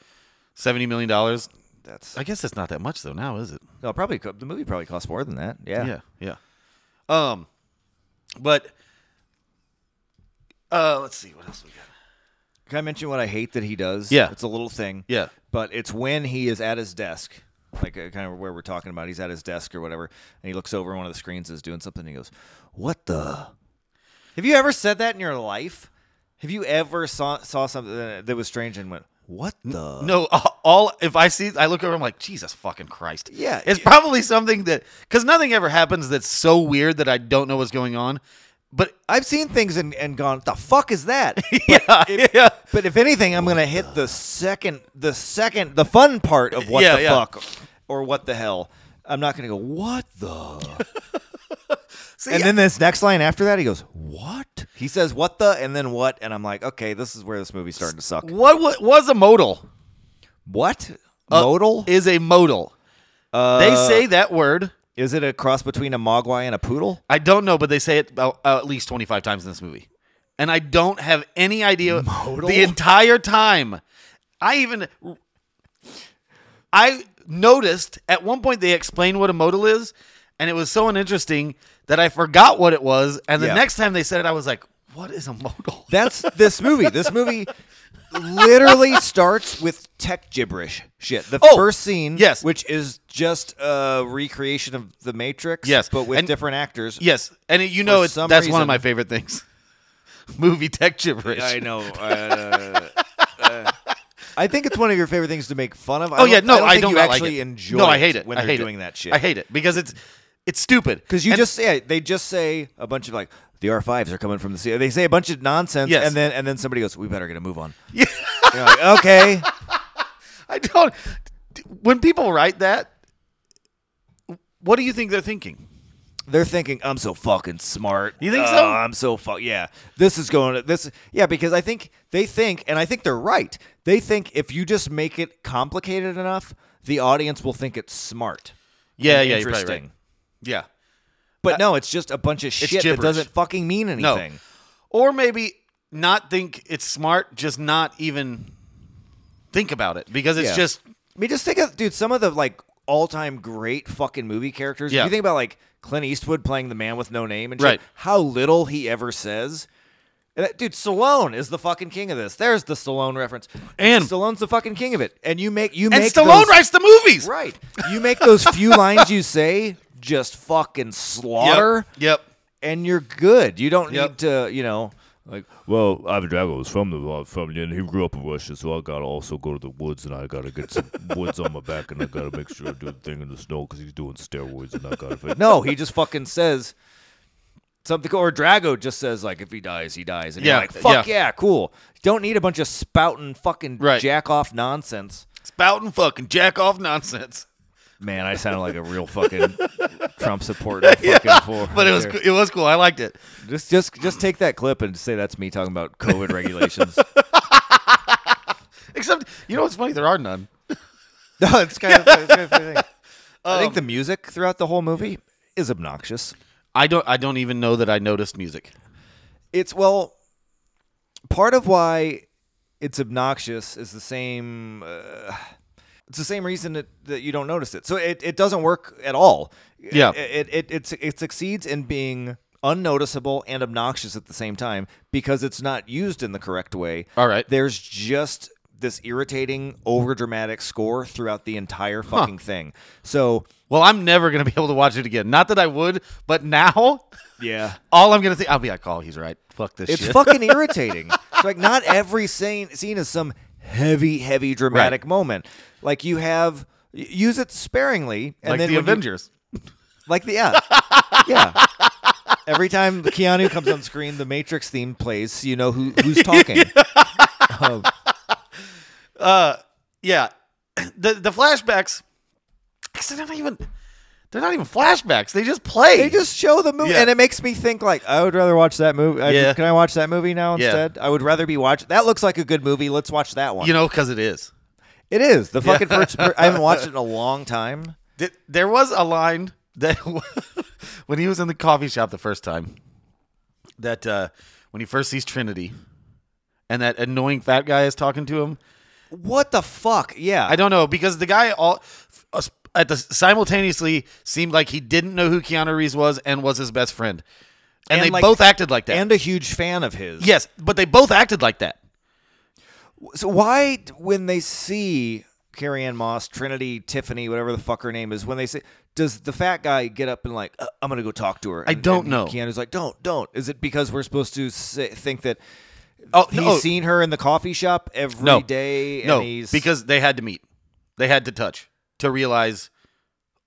Speaker 1: seventy million dollars.
Speaker 2: That's
Speaker 1: I guess that's not that much though. Now is it?
Speaker 2: no. Probably co- the movie probably cost more than that. Yeah.
Speaker 1: Yeah, yeah. Um, but uh, let's see what else we got.
Speaker 2: Can I mention what I hate that he does?
Speaker 1: Yeah.
Speaker 2: It's a little thing.
Speaker 1: Yeah,
Speaker 2: but it's when he is at his desk, like uh, kind of where we're talking about. He's at his desk or whatever, and he looks over and one of the screens is doing something. And he goes, "What the? Have you ever said that in your life? Have you ever saw saw something that was strange and went, "What the?
Speaker 1: no. all- All if I see, I look over. I'm like, Jesus fucking Christ.
Speaker 2: Yeah,
Speaker 1: it's
Speaker 2: yeah.
Speaker 1: probably something that because nothing ever happens that's so weird that I don't know what's going on. But *laughs*
Speaker 2: I've seen things and, and gone, the fuck is that? *laughs*
Speaker 1: yeah, yeah,
Speaker 2: but if anything, I'm gonna hit the second, the second, the fun part of what
Speaker 1: Yeah,
Speaker 2: the
Speaker 1: yeah.
Speaker 2: fuck or what the hell. I'm not gonna go, what the?
Speaker 1: *laughs* See,
Speaker 2: and then this next line after that, he goes, "What?" He says, "What the?" and then what? And I'm like, "Okay, this is where this movie's starting to suck."
Speaker 1: what, wa- was a modal?
Speaker 2: What
Speaker 1: Uh,
Speaker 2: modal?
Speaker 1: is a modal.
Speaker 2: Uh,
Speaker 1: They say that word.
Speaker 2: is it a cross between a mogwai and a poodle?
Speaker 1: I don't know, but they say it about, uh, at least 25 times in this movie. And I don't have any idea
Speaker 2: Modal?
Speaker 1: the entire time. I even I noticed at one point they explained what a modal is, and it was so uninteresting that I forgot what it was. And the
Speaker 2: Yeah.
Speaker 1: next time they said it, I was like, "What is a
Speaker 2: *laughs*
Speaker 1: modal?"
Speaker 2: That's this movie. This movie literally starts with tech gibberish shit. The
Speaker 1: Oh,
Speaker 2: first scene,
Speaker 1: yes.
Speaker 2: which is just a recreation of The Matrix,
Speaker 1: Yes,
Speaker 2: but with
Speaker 1: and-
Speaker 2: different actors.
Speaker 1: yes, and it, you know it's
Speaker 2: some
Speaker 1: that's one of
Speaker 2: reason-
Speaker 1: my favorite things. *laughs* movie tech gibberish.
Speaker 2: I *laughs* know. uh, uh, I think it's one of your favorite things to make fun of.
Speaker 1: oh yeah, no, I don't,
Speaker 2: I don't, think you
Speaker 1: not like
Speaker 2: actually
Speaker 1: it.
Speaker 2: enjoy.
Speaker 1: No, I hate it
Speaker 2: when
Speaker 1: I
Speaker 2: they're
Speaker 1: hate
Speaker 2: doing
Speaker 1: it.
Speaker 2: that shit.
Speaker 1: I hate it because it's it's stupid.
Speaker 2: Because you
Speaker 1: And-
Speaker 2: just say they just say a bunch of like the R fives are coming from the sea. They say a bunch of nonsense,
Speaker 1: Yes.
Speaker 2: and then and then somebody goes, "We better get a move on."
Speaker 1: Yeah. *laughs*
Speaker 2: You're like, okay,
Speaker 1: I don't. When people write that, What do you think they're thinking?
Speaker 2: They're thinking I'm so fucking smart.
Speaker 1: You think
Speaker 2: Uh,
Speaker 1: so?
Speaker 2: I'm so fuck. Yeah, this is going. to This yeah, because I think they think, and I think they're right. They think if you just make it complicated enough, the audience will think it's smart.
Speaker 1: Yeah,
Speaker 2: and
Speaker 1: yeah, you're probably
Speaker 2: interesting.
Speaker 1: right. Yeah.
Speaker 2: But no, it's just a bunch of shit that
Speaker 1: gibberish.
Speaker 2: doesn't fucking mean
Speaker 1: No.
Speaker 2: anything.
Speaker 1: Or maybe not think it's smart, just not even think about it because it's
Speaker 2: Yeah.
Speaker 1: just
Speaker 2: I mean, just think of dude, some of the like all-time great fucking movie characters. If
Speaker 1: Yeah.
Speaker 2: You think about like Clint Eastwood playing the man with no name and shit,
Speaker 1: Right.
Speaker 2: how little he ever says. And that- Dude, Stallone is the fucking king of this. There's the Stallone reference.
Speaker 1: And-
Speaker 2: Stallone's the fucking king of it. And you make you
Speaker 1: and
Speaker 2: make
Speaker 1: Stallone
Speaker 2: those,
Speaker 1: writes the movies.
Speaker 2: *laughs* right. You make those
Speaker 1: *laughs*
Speaker 2: few lines you say just fucking
Speaker 1: Yep.
Speaker 2: slaughter
Speaker 1: Yep.
Speaker 2: and you're good. You don't
Speaker 1: Yep.
Speaker 2: need to, you know, like
Speaker 3: Well, Ivan Drago was from the uh, from and he grew up in Russia, so I gotta also go to the woods and I gotta get
Speaker 2: *laughs*
Speaker 3: some woods on my back and I gotta make sure I do the thing in the snow because he's doing steroids and I gotta.
Speaker 2: No, he just fucking says something, or Drago just says like, if he dies, he dies, and
Speaker 1: Yeah,
Speaker 2: you're like, fuck
Speaker 1: yeah.
Speaker 2: yeah. cool. Don't need a bunch of spouting fucking
Speaker 1: Right.
Speaker 2: jack off nonsense.
Speaker 1: Spouting fucking jack off nonsense.
Speaker 2: Man, I sound like a real *laughs* fucking Trump supporter. Fucking fool
Speaker 1: But it was
Speaker 2: right
Speaker 1: coo- it was cool. I liked it.
Speaker 2: there. just just just take that clip and say that's me talking about COVID regulations.
Speaker 1: Except you know what's funny? There are none.
Speaker 2: *laughs* no, it's kind of, it's kind of funny. *laughs* Um, I think the music throughout the whole movie is obnoxious.
Speaker 1: I don't I don't even know that I noticed music.
Speaker 2: It's well, part of why it's obnoxious is the same. Uh, it's the same reason that, that you don't notice it. So it, it doesn't work at all.
Speaker 1: Yeah.
Speaker 2: It it, it it it succeeds in being unnoticeable and obnoxious at the same time because it's not used in the correct way.
Speaker 1: All right.
Speaker 2: There's just this irritating overdramatic score throughout the entire fucking thing. So
Speaker 1: Well, I'm never gonna be able to watch it again. Not that I would, but now
Speaker 2: yeah.
Speaker 1: all I'm gonna think I'll be like, oh, he's right. Fuck this
Speaker 2: It's
Speaker 1: shit. *laughs*
Speaker 2: fucking irritating. It's like not every scene scene is some heavy, heavy dramatic moment. Like you have y- use it sparingly, and
Speaker 1: like
Speaker 2: then
Speaker 1: the
Speaker 2: when you-
Speaker 1: Avengers.
Speaker 2: like
Speaker 1: *laughs*
Speaker 2: the yeah, yeah. Every time Keanu comes on screen, the Matrix theme plays. So you know who who's
Speaker 1: *laughs*
Speaker 2: talking. Um,
Speaker 1: yeah. *clears throat* The the flashbacks 'cause they're not even they're not even flashbacks. They just play.
Speaker 2: they just show the movie,
Speaker 1: Yeah.
Speaker 2: and it makes me think like I would rather watch that movie. I-
Speaker 1: Yeah.
Speaker 2: Can I watch that movie now
Speaker 1: Yeah.
Speaker 2: instead? I would rather be watching. That looks like a good movie. Let's watch that one.
Speaker 1: you know, because it is.
Speaker 2: it is the fucking
Speaker 1: *laughs*
Speaker 2: first. per- I haven't watched it in a long time.
Speaker 1: Th- There was a line *laughs* that when he was in the coffee shop the first time, that uh, when he first sees Trinity, and that annoying fat guy is talking to him.
Speaker 2: What the fuck? Yeah.
Speaker 1: I don't know because the guy all us- at the simultaneously seemed like he didn't know who Keanu Reeves was and was his best friend, and,
Speaker 2: And,
Speaker 1: they
Speaker 2: like-
Speaker 1: both acted like that.
Speaker 2: and a huge fan of his.
Speaker 1: yes, but they both acted like that.
Speaker 2: So why, d- when they see Carrie Ann Moss, Trinity, Tiffany, whatever the fuck her name is, when they say, does the fat guy get up and like, "Uh, I'm gonna go talk to her?
Speaker 1: I
Speaker 2: And-
Speaker 1: don't
Speaker 2: and
Speaker 1: know.
Speaker 2: Keanu's like, don't, don't. Is it because we're supposed to say, think that?
Speaker 1: Oh,
Speaker 2: he's
Speaker 1: no.
Speaker 2: seen her in the coffee shop every day,
Speaker 1: No.
Speaker 2: and
Speaker 1: no,
Speaker 2: he's
Speaker 1: because they had to meet, they had to touch to realize,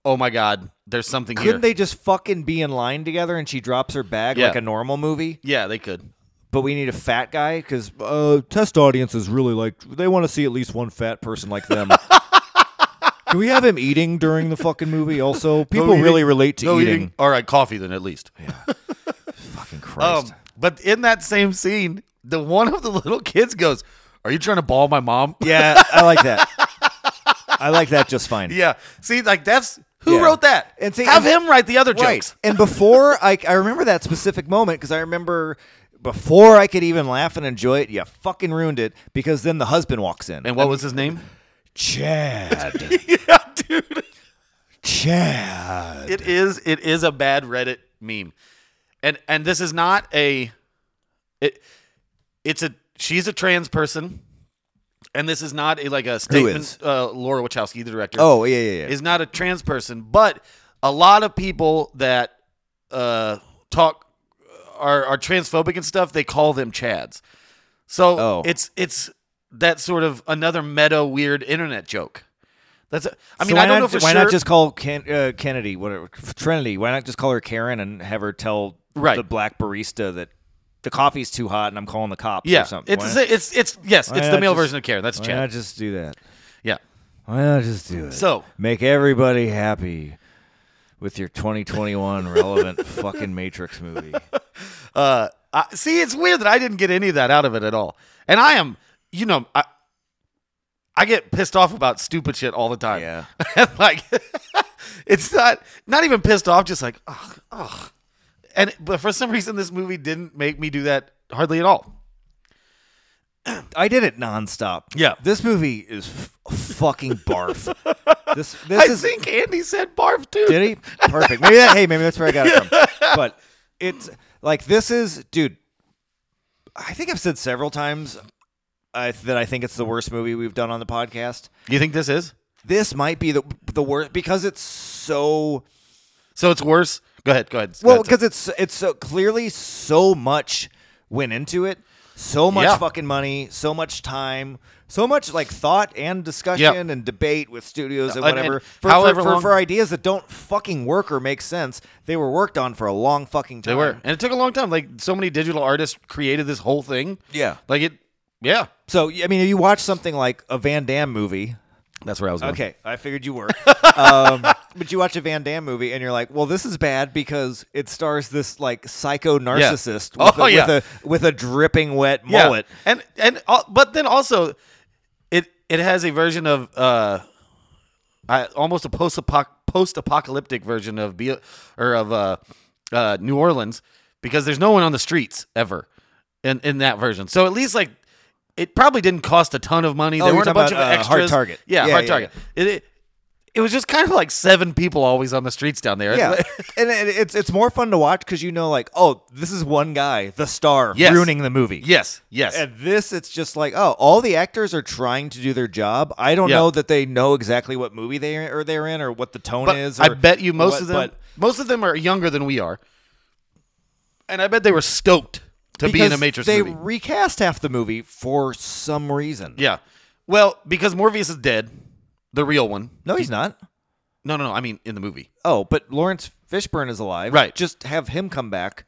Speaker 1: oh my God, there's something here.
Speaker 2: couldn't they just fucking be in line together and she drops her bag
Speaker 1: Yeah.
Speaker 2: like a normal movie?
Speaker 1: yeah, they could.
Speaker 2: But we need a fat guy because
Speaker 3: Uh, test audiences really like they want to see at least one fat person like
Speaker 1: *laughs*
Speaker 3: them.
Speaker 2: can we have him eating during the fucking movie? Also, people
Speaker 1: eating-
Speaker 2: really relate to
Speaker 1: No
Speaker 2: eating.
Speaker 1: eating. All right, coffee then at least.
Speaker 2: Fucking
Speaker 1: Um,
Speaker 2: Christ.
Speaker 1: but in that same scene, the one of the little kids goes, "Are you trying to ball my mom?"
Speaker 2: *laughs* Yeah, I like that. I like that just fine.
Speaker 1: yeah. See, like that's who
Speaker 2: Yeah.
Speaker 1: wrote that.
Speaker 2: And see-
Speaker 1: have
Speaker 2: and-
Speaker 1: him write the other
Speaker 2: Right.
Speaker 1: jokes.
Speaker 2: And before I, I remember that specific moment because I remember before I could even laugh and enjoy it, you fucking ruined it because then the husband walks in.
Speaker 1: And what was his name?
Speaker 2: Chad.
Speaker 1: *laughs* yeah, dude.
Speaker 2: *laughs* Chad.
Speaker 1: It is. It is a bad Reddit meme, and and this is not a. It, it's a. She's a trans person, and this is not a like a
Speaker 2: is?
Speaker 1: statement. Uh, Laura Wachowski, the director.
Speaker 2: Oh, yeah, yeah, yeah.
Speaker 1: is not a trans person, but a lot of people that uh, talk are, are transphobic and stuff. They call them chads. So
Speaker 2: Oh.
Speaker 1: it's it's that sort of another meta weird internet joke. That's a, I mean
Speaker 2: So why
Speaker 1: I don't
Speaker 2: not,
Speaker 1: know for
Speaker 2: why
Speaker 1: sure.
Speaker 2: not just call Ken, uh, Kennedy, whatever, Trinity, why not just call her Karen and have her tell
Speaker 1: Right.
Speaker 2: the black barista that the coffee's too hot and I'm calling the cops
Speaker 1: yeah,
Speaker 2: or something?
Speaker 1: it's
Speaker 2: Why
Speaker 1: the
Speaker 2: not-
Speaker 1: sa- it's it's yes,
Speaker 2: why
Speaker 1: it's the
Speaker 2: not
Speaker 1: male
Speaker 2: just-
Speaker 1: version of Karen. That's a
Speaker 2: Why not
Speaker 1: Chad.
Speaker 2: just do that?
Speaker 1: Yeah,
Speaker 2: Why not just do it?
Speaker 1: So-
Speaker 2: make everybody happy. with your 2021
Speaker 1: *laughs*
Speaker 2: relevant fucking Matrix movie.
Speaker 1: Uh, I, see, it's weird that I didn't get any of that out of it at all. And I am, you know, I I get pissed off about stupid shit all the time.
Speaker 2: Yeah.
Speaker 1: *laughs* like it's not not even pissed off, just like ugh, ugh. And but for some reason, this movie didn't make me do that hardly at all.
Speaker 2: I did it nonstop.
Speaker 1: Yeah.
Speaker 2: This movie is f-
Speaker 1: *laughs*
Speaker 2: fucking barf. this this
Speaker 1: I
Speaker 2: is
Speaker 1: think Andy said barf too.
Speaker 2: Did he? Perfect. Maybe that. Hey, maybe that's where I got it from. But it's like this is, dude. I think I've said several times I, that I think it's the worst movie we've done on the podcast.
Speaker 1: You think this is?
Speaker 2: This might be the the worst because it's so
Speaker 1: So it's worse. Go ahead. Go ahead.
Speaker 2: well
Speaker 1: That's it.
Speaker 2: because it's it's so clearly so much went into it, so much
Speaker 1: Yeah.
Speaker 2: fucking money, so much time, so much like thought and discussion and debate with studios and
Speaker 1: And- and
Speaker 2: whatever. for,
Speaker 1: however
Speaker 2: for, for,
Speaker 1: long-
Speaker 2: for ideas that don't fucking work or make sense, they were worked on for a long fucking time.
Speaker 1: They were, and it took a long time. Like so many digital artists created this whole thing.
Speaker 2: Yeah.
Speaker 1: Like it. Yeah.
Speaker 2: So I mean, if you watch something like a Van Damme movie,
Speaker 1: That's where I was going.
Speaker 2: okay, I figured you
Speaker 1: *laughs*
Speaker 2: were, um, but you watch a Van Damme movie and you're like, well, this is bad because it stars this like psycho narcissist with,
Speaker 1: Oh,
Speaker 2: a,
Speaker 1: yeah.
Speaker 2: with a with a dripping wet
Speaker 1: Yeah.
Speaker 2: mullet.
Speaker 1: And and uh, but then also, it it has a version of uh, I, almost a post post apocalyptic version of Be- or of uh, uh, New Orleans because there's no one on the streets ever in in that version. So at least like. It probably didn't cost a ton of money. there
Speaker 2: you're
Speaker 1: weren't a bunch
Speaker 2: talking
Speaker 1: of
Speaker 2: about, uh,
Speaker 1: extras.
Speaker 2: Hard Target.
Speaker 1: Yeah,
Speaker 2: Yeah,
Speaker 1: hard
Speaker 2: yeah,
Speaker 1: target. It, it it was just kind of like seven people always on the streets down there.
Speaker 2: Yeah, *laughs* and it, it's it's more fun to watch because you know, like, oh, this is one guy, the star,
Speaker 1: Yes.
Speaker 2: ruining the movie.
Speaker 1: *laughs* Yes, yes.
Speaker 2: And this, it's just like, oh, all the actors are trying to do their job. I don't
Speaker 1: Yeah.
Speaker 2: know that they know exactly what movie they are they're in or what the tone
Speaker 1: but
Speaker 2: is.
Speaker 1: I
Speaker 2: or
Speaker 1: bet you most
Speaker 2: what-
Speaker 1: of them
Speaker 2: but-
Speaker 1: most of them are younger than we are. And I bet they were stoked to be in a
Speaker 2: Because
Speaker 1: Matrix
Speaker 2: they
Speaker 1: movie.
Speaker 2: recast half the movie for some reason.
Speaker 1: yeah. Well, because Morpheus is dead, the real one.
Speaker 2: No, he's not.
Speaker 1: No, no, no. I mean in the movie.
Speaker 2: Oh, but Lawrence Fishburne is alive.
Speaker 1: Right.
Speaker 2: Just have him come back.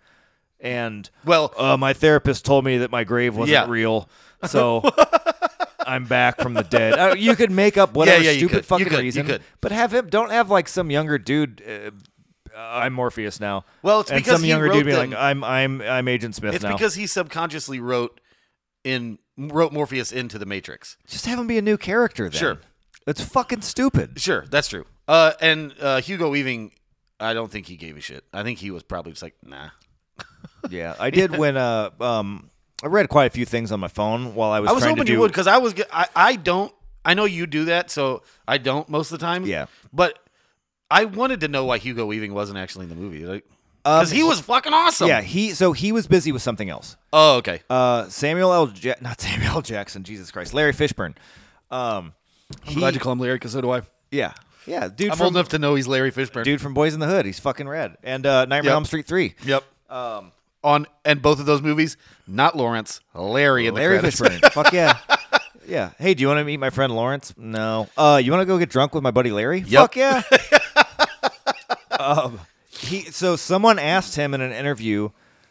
Speaker 2: And
Speaker 1: Well-
Speaker 2: uh, my therapist told me that my grave wasn't
Speaker 1: Yeah.
Speaker 2: real,
Speaker 1: *laughs*
Speaker 2: so I'm back from the dead. Uh, you could make up whatever
Speaker 1: yeah, you
Speaker 2: stupid
Speaker 1: could. You
Speaker 2: fucking
Speaker 1: could, you
Speaker 2: reason,
Speaker 1: could.
Speaker 2: but have him. Don't have like some younger dude. Uh, I'm Morpheus now.
Speaker 1: Well, it's
Speaker 2: and
Speaker 1: because
Speaker 2: some
Speaker 1: he
Speaker 2: younger
Speaker 1: wrote
Speaker 2: dude be like,
Speaker 1: them-
Speaker 2: I'm I'm I'm Agent Smith
Speaker 1: It's
Speaker 2: now.
Speaker 1: because he subconsciously wrote in wrote Morpheus into the Matrix.
Speaker 2: Just have him be a new character. Then.
Speaker 1: Sure.
Speaker 2: It's
Speaker 1: *laughs*
Speaker 2: fucking stupid.
Speaker 1: Sure, that's true. Uh, and uh, Hugo Weaving, I don't think he gave a shit. I think he was probably just like, nah.
Speaker 2: Yeah, I did when uh um I read quite a few things on my phone while I was.
Speaker 1: I was
Speaker 2: trying
Speaker 1: hoping
Speaker 2: to do,
Speaker 1: you would because I was. ge- I, I don't. I know you do that, so I don't most of the time.
Speaker 2: Yeah.
Speaker 1: But I wanted to know why Hugo Weaving wasn't actually in the movie, like because he was fucking awesome.
Speaker 2: Yeah, he so he was busy with something else.
Speaker 1: Oh, okay.
Speaker 2: Uh, Samuel L. Ja- *laughs* not Samuel L. Jackson. Jesus Christ, Larry Fishburne. Um,
Speaker 1: I'm glad you call him Larry because so do I.
Speaker 2: yeah, yeah, dude
Speaker 1: I'm
Speaker 2: from
Speaker 1: old enough to know he's Larry Fishburne.
Speaker 2: dude from Boys in the Hood. He's fucking red. And uh, Nightmare
Speaker 1: Yep.
Speaker 2: on Elm Street three.
Speaker 1: Yep. Um. On and both of those movies, not Lawrence, Larry in the
Speaker 2: Larry
Speaker 1: credits. *laughs*
Speaker 2: Fishburne. Fuck yeah. Yeah. Hey, do you want to meet my friend Lawrence? No. Uh, you want to go get drunk with my buddy Larry? Fuck
Speaker 1: *laughs*
Speaker 2: yeah. um, he. So someone asked him in an interview.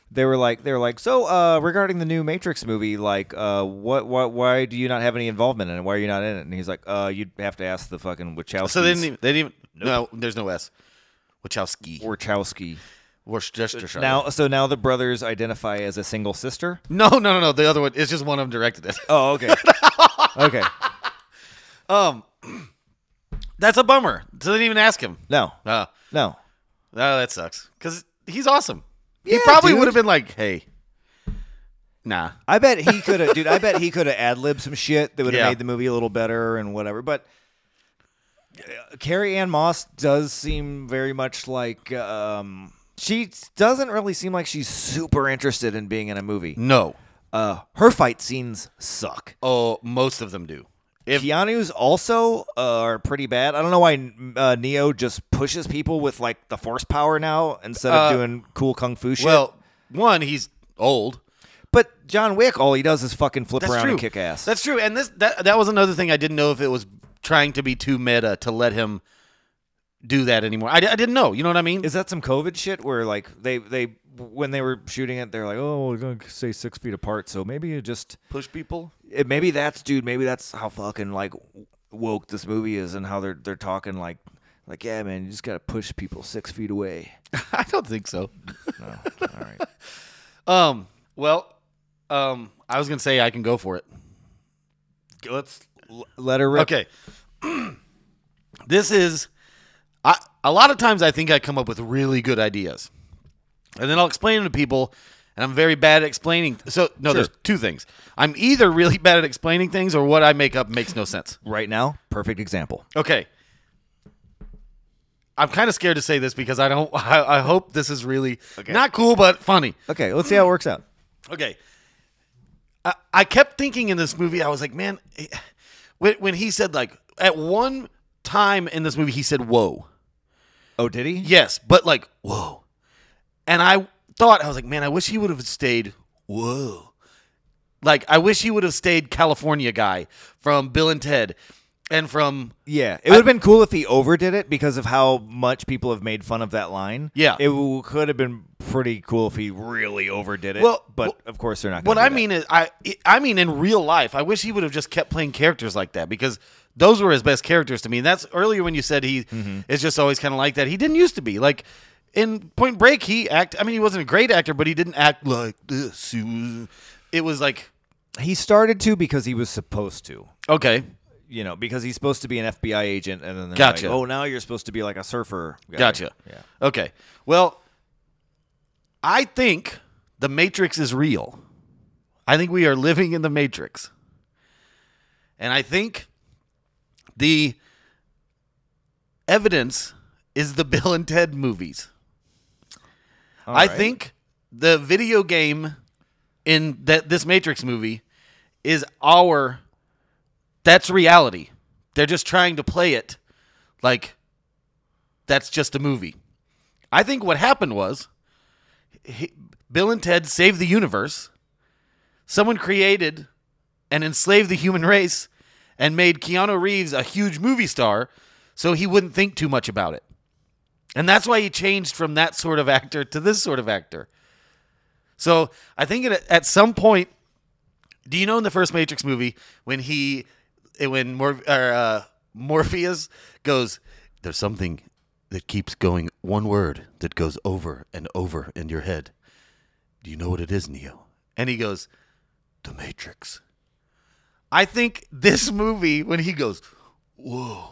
Speaker 2: They were like, they were like, so uh, regarding the new Matrix movie, like, uh, what, what, why do you not have any involvement in it? Why are you not in it? And he's like, uh, you'd have to ask the fucking Wachowski.
Speaker 1: So they didn't. Even, they didn't. Even, No, there's no S. Wachowski.
Speaker 2: Wachowski.
Speaker 1: Worcestershire.
Speaker 2: Now, so now the brothers identify as a single sister.
Speaker 1: no, no, no, no. The other one is just one of them directed it.
Speaker 2: Oh, okay. *laughs* okay.
Speaker 1: Um, that's a bummer. So they didn't even ask him.
Speaker 2: No,
Speaker 1: Uh,
Speaker 2: no.
Speaker 1: Oh, that sucks. Because he's awesome. he
Speaker 2: Yeah,
Speaker 1: probably
Speaker 2: dude.
Speaker 1: would have been like, hey, nah.
Speaker 2: I bet he
Speaker 1: *laughs*
Speaker 2: could have, dude. I bet he could have ad libbed some shit that would have
Speaker 1: Yeah.
Speaker 2: made the movie a little better and whatever. But uh, Carrie Ann Moss does seem very much like um, she doesn't really seem like she's super interested in being in a movie.
Speaker 1: No.
Speaker 2: Uh, her fight scenes suck.
Speaker 1: Oh, most of them do. If
Speaker 2: Keanu's also uh, are pretty bad. I don't know why uh, Neo just pushes people with like the force power now instead of
Speaker 1: Uh,
Speaker 2: doing cool kung fu shit.
Speaker 1: well, one, he's old.
Speaker 2: but John Wick, all he does is fucking flip
Speaker 1: That's
Speaker 2: around
Speaker 1: true.
Speaker 2: and kick ass.
Speaker 1: That's true. And this that that was another thing I didn't know if it was trying to be too meta to let him do that anymore. I, di- I didn't know. You know what I mean?
Speaker 2: Is that some COVID shit where like they they when they were shooting it, they're like, oh, we're gonna stay six feet apart, so maybe you just
Speaker 1: push people.
Speaker 2: it, maybe that's dude, maybe that's how fucking like woke this movie is and how they're they're talking like Like, yeah, man, you just gotta push people six feet away.
Speaker 1: *laughs* I don't think so.
Speaker 2: No, all right.
Speaker 1: *laughs* Um. Well. Um. I was gonna say I can go for it. Let's.
Speaker 2: Let her rip.
Speaker 1: Okay. *clears throat* this is. I a lot of times I think I come up with really good ideas, and then I'll explain them to people, and I'm very bad at explaining. So no, there's two things. I'm either really bad at explaining things, or what I make up makes no sense.
Speaker 2: Right now, perfect example.
Speaker 1: Okay. I'm kind of scared to say this because I don't. *laughs* I, I hope this is really not cool, but funny.
Speaker 2: Okay, let's see how it works out.
Speaker 1: Okay. I, I kept thinking in this movie, I was like, man, eh, when, when he said, like, at one time in this movie, he said, whoa.
Speaker 2: Oh, did he?
Speaker 1: Yes, but like, whoa. And I thought, I was like, man, I wish he would have stayed, whoa. Like, I wish he would have stayed California guy from Bill and Ted and from,
Speaker 2: Yeah, it would have been cool if he overdid it because of how much people have made fun of that line.
Speaker 1: Yeah.
Speaker 2: it w- could have been pretty cool if he really overdid it.
Speaker 1: Well,
Speaker 2: but
Speaker 1: well,
Speaker 2: of course they're not.
Speaker 1: what
Speaker 2: gonna
Speaker 1: I
Speaker 2: do that.
Speaker 1: mean is, I, I mean, in real life, I wish he would have just kept playing characters like that because those were his best characters to me. And that's earlier when you said he is just always kind of like that. He didn't used to be like in Point Break. He act. I mean, he wasn't a great actor, but he didn't act like this. He was- It was like
Speaker 2: he started to because he was supposed to.
Speaker 1: okay,
Speaker 2: You know, because he's supposed to be an FBI agent, and then they're
Speaker 1: Gotcha.
Speaker 2: like, oh, now you're supposed to be like a surfer. guy."
Speaker 1: gotcha.
Speaker 2: Yeah.
Speaker 1: Okay. Well, I think the Matrix is real. I think we are living in the Matrix. And I think the evidence is the Bill and Ted movies.
Speaker 2: All
Speaker 1: I
Speaker 2: right.
Speaker 1: think the video game in that this Matrix movie is our that's reality. They're just trying to play it like that's just a movie. I think what happened was he, Bill and Ted saved the universe. Someone created and enslaved the human *laughs* race and made Keanu Reeves a huge movie star so he wouldn't think too much about it. And that's why he changed from that sort of actor to this sort of actor. So I think at, at some point, do you know in the first Matrix movie when he, eh, when Mor- or, uh, Morpheus goes, there's something that keeps going, one word that goes over and over in your head. Do you know what it is, Neo? And he goes, the Matrix. I think this movie, when he goes, whoa,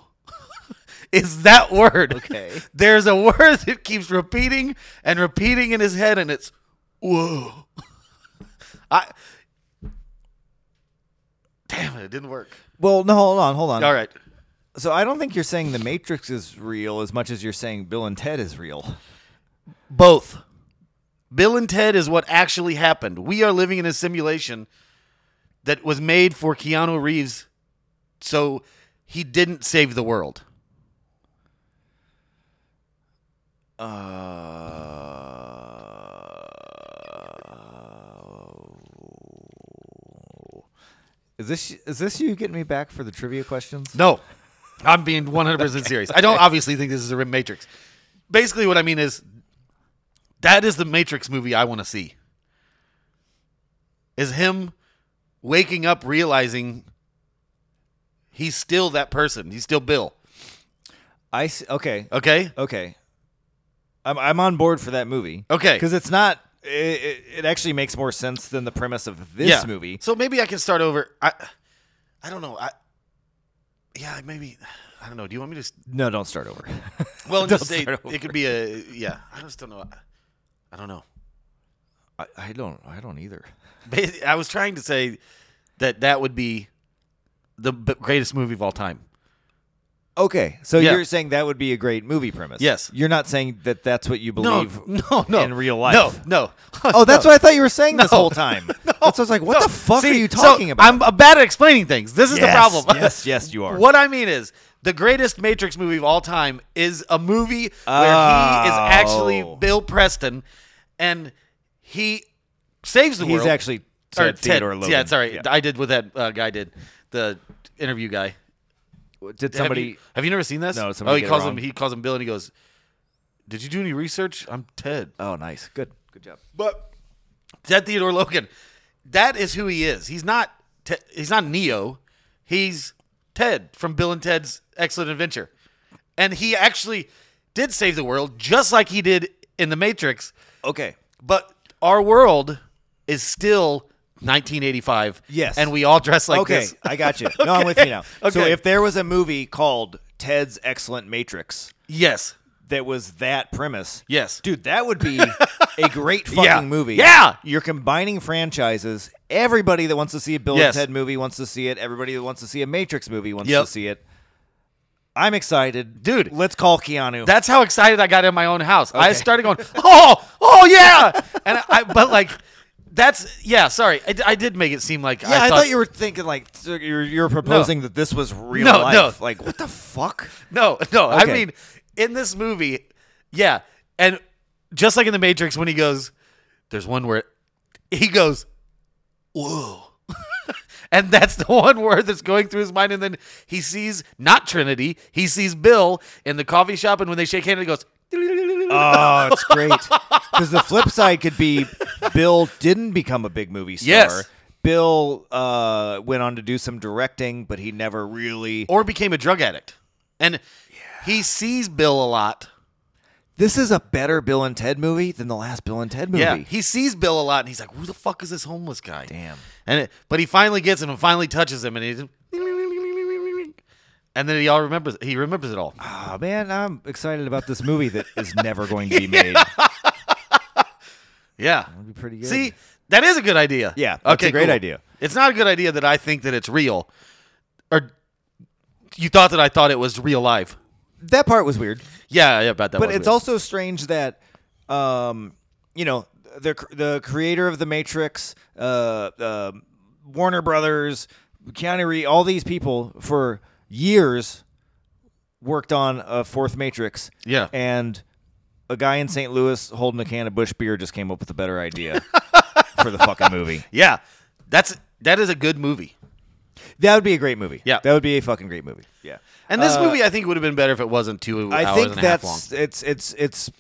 Speaker 1: *laughs* is that word.
Speaker 2: Okay.
Speaker 1: *laughs* There's a word that keeps repeating and repeating in his head, and it's whoa. *laughs* I damn it, it didn't work.
Speaker 2: Well, no, hold on, hold on.
Speaker 1: All right,
Speaker 2: So I don't think you're saying the Matrix is real as much as you're saying Bill and Ted is real.
Speaker 1: both Bill and Ted is what actually happened. We are living in a simulation that was made for Keanu Reeves, so he didn't save the world. Uh,
Speaker 2: Is this is this you getting me back for the trivia questions?
Speaker 1: No, I'm being 100 percent serious. I don't obviously think this is a Rim Matrix. Basically, what I mean is that is the Matrix movie I want to see. Is him waking up realizing he's still that person. He's still Bill.
Speaker 2: I see, okay,
Speaker 1: Okay.
Speaker 2: okay. I'm I'm on board for that movie.
Speaker 1: Okay.
Speaker 2: because it's not. It, it, it actually makes more sense than the premise of this movie.
Speaker 1: So maybe I can start over. I I don't know. I yeah maybe I don't know. Do you want me to? s-
Speaker 2: No, don't start over. *laughs*
Speaker 1: Well,
Speaker 2: Don't
Speaker 1: just say
Speaker 2: start
Speaker 1: it could be a yeah. I just don't know. I, I don't know.
Speaker 2: I, I don't. I don't either.
Speaker 1: Basi- I was trying to say that that would be the b- greatest movie of all time.
Speaker 2: Okay, so
Speaker 1: Yeah.
Speaker 2: you're saying that would be a great movie premise.
Speaker 1: Yes.
Speaker 2: you're not saying that that's what you believe. *laughs*
Speaker 1: no, no, no.
Speaker 2: in real life.
Speaker 1: No, *laughs* no.
Speaker 2: Oh, that's
Speaker 1: No.
Speaker 2: what I thought you were saying this
Speaker 1: *laughs* No.
Speaker 2: whole time. That's what I was like, what the fuck
Speaker 1: See,
Speaker 2: are you
Speaker 1: so
Speaker 2: talking about?
Speaker 1: I'm uh, bad at explaining things. This is the
Speaker 2: Yes,
Speaker 1: problem. *laughs*
Speaker 2: yes, yes, you are.
Speaker 1: What I mean is, the greatest Matrix movie of all time is a movie where he is actually
Speaker 2: Oh.
Speaker 1: Bill Preston, and he saves the
Speaker 2: He's
Speaker 1: world.
Speaker 2: actually
Speaker 1: Or
Speaker 2: Ted, Theodore
Speaker 1: Ted-
Speaker 2: Logan.
Speaker 1: Yeah, sorry, I did what that uh, guy did, the interview guy.
Speaker 2: Did
Speaker 1: Have
Speaker 2: somebody?
Speaker 1: you- Have you, never seen this?
Speaker 2: No,
Speaker 1: Oh,
Speaker 2: somebody
Speaker 1: he
Speaker 2: get it
Speaker 1: calls him.
Speaker 2: wrong.
Speaker 1: He calls him Bill, and he goes, "Did you do any research? I'm Ted."
Speaker 2: Oh, nice. Good. Good job.
Speaker 1: But Ted Theodore Logan, that is who he is. He's not. Te- he's not Neo. He's Ted from Bill and Ted's Excellent Adventure. and he actually did save the world just like he did in the Matrix.
Speaker 2: Okay.
Speaker 1: But our world is still 1985.
Speaker 2: Yes.
Speaker 1: and we all dress like
Speaker 2: okay.
Speaker 1: this. *laughs*
Speaker 2: I got you. No, I'm with you now. So
Speaker 1: Okay.
Speaker 2: if there was a movie called Ted's Excellent Matrix
Speaker 1: Yes,
Speaker 2: that was that premise,
Speaker 1: yes,
Speaker 2: dude, that would be a great
Speaker 1: *laughs*
Speaker 2: fucking
Speaker 1: Yeah.
Speaker 2: movie.
Speaker 1: Yeah.
Speaker 2: You're combining franchises. Everybody that wants to see a Bill
Speaker 1: Yes.
Speaker 2: and Ted movie wants to see it. Everybody that wants to see a Matrix movie wants
Speaker 1: Yep.
Speaker 2: to see it. I'm excited.
Speaker 1: Dude.
Speaker 2: Let's call Keanu.
Speaker 1: That's how excited I got in my own house. I started going, oh, oh yeah, and I, but like, that's yeah. Sorry, I, I did make it seem like
Speaker 2: yeah, I, thought, you were thinking like so you're, you're proposing that this was real
Speaker 1: No, no.
Speaker 2: life. Like what the fuck?
Speaker 1: No, no. I
Speaker 2: Okay.
Speaker 1: mean, in this movie, yeah, and just like in the Matrix, when he goes, there's one where he goes, whoa. *laughs* And that's the one word that's going through his mind. And then he sees not Trinity, he sees Bill in the coffee shop. And when they shake hands, he goes,
Speaker 2: Oh, it's great.
Speaker 1: *laughs*
Speaker 2: Because the flip side could be Bill didn't become a big movie star.
Speaker 1: Yes.
Speaker 2: Bill uh, went on to do some directing, but he never really.
Speaker 1: or became a drug addict. And he sees Bill a lot.
Speaker 2: This is a better Bill and Ted movie than the last Bill and Ted
Speaker 1: *laughs*
Speaker 2: movie.
Speaker 1: Yeah, he sees Bill a lot, and he's like, "Who the fuck is this homeless guy?"
Speaker 2: Damn.
Speaker 1: And it, but he finally gets him and finally touches him, and he, and then he all remembers. He remembers it all.
Speaker 2: Ah, man, I'm excited about this movie that
Speaker 1: *laughs*
Speaker 2: is never going to be made.
Speaker 1: Yeah,
Speaker 2: That'd be pretty good.
Speaker 1: see, that is a good idea.
Speaker 2: Yeah, that's a great
Speaker 1: cool.
Speaker 2: idea.
Speaker 1: It's not a good idea that I think that it's real, or you thought that I thought it was real life.
Speaker 2: that part was weird.
Speaker 1: Yeah, yeah, about that.
Speaker 2: but
Speaker 1: was
Speaker 2: it's
Speaker 1: real.
Speaker 2: also strange that um you know the the creator of the matrix uh, uh warner brothers keanu reeves all these people for years worked on a fourth matrix
Speaker 1: Yeah.
Speaker 2: and a guy in st louis holding a can of bush beer just came up with a
Speaker 1: *laughs*
Speaker 2: better idea for the fucking movie
Speaker 1: yeah, that's that is a good movie.
Speaker 2: that would be a great movie
Speaker 1: Yeah.
Speaker 2: that would be a fucking great movie yeah
Speaker 1: And this movie, I think, would have been better if it wasn't two
Speaker 2: I
Speaker 1: hours
Speaker 2: think
Speaker 1: and a half
Speaker 2: that's
Speaker 1: long.
Speaker 2: it's it's it's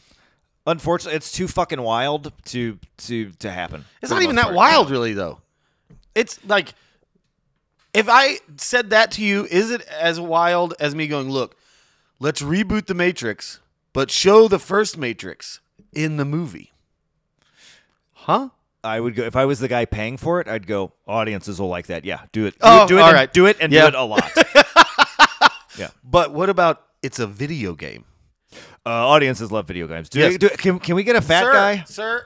Speaker 2: unfortunately it's too fucking wild to to to happen.
Speaker 1: It's
Speaker 2: for
Speaker 1: not
Speaker 2: the
Speaker 1: even
Speaker 2: most
Speaker 1: that
Speaker 2: part.
Speaker 1: wild, really, though. It's like if I said that to you, is it as wild as me going, "Look, let's reboot the Matrix, but show the first Matrix in the movie"? Huh?
Speaker 2: I would go if I was the guy paying for it. I'd go. Audiences will like that. Yeah, do it. Do,
Speaker 1: Oh,
Speaker 2: it, do it
Speaker 1: all
Speaker 2: and-
Speaker 1: right.
Speaker 2: do it and
Speaker 1: Yeah.
Speaker 2: do it a lot.
Speaker 1: *laughs*
Speaker 2: Uh, yeah,
Speaker 1: But what about it's a video game?
Speaker 2: uh, audiences love video games. Do,
Speaker 1: Yes.
Speaker 2: do can can we get a fat
Speaker 1: sir,
Speaker 2: guy?
Speaker 1: sir.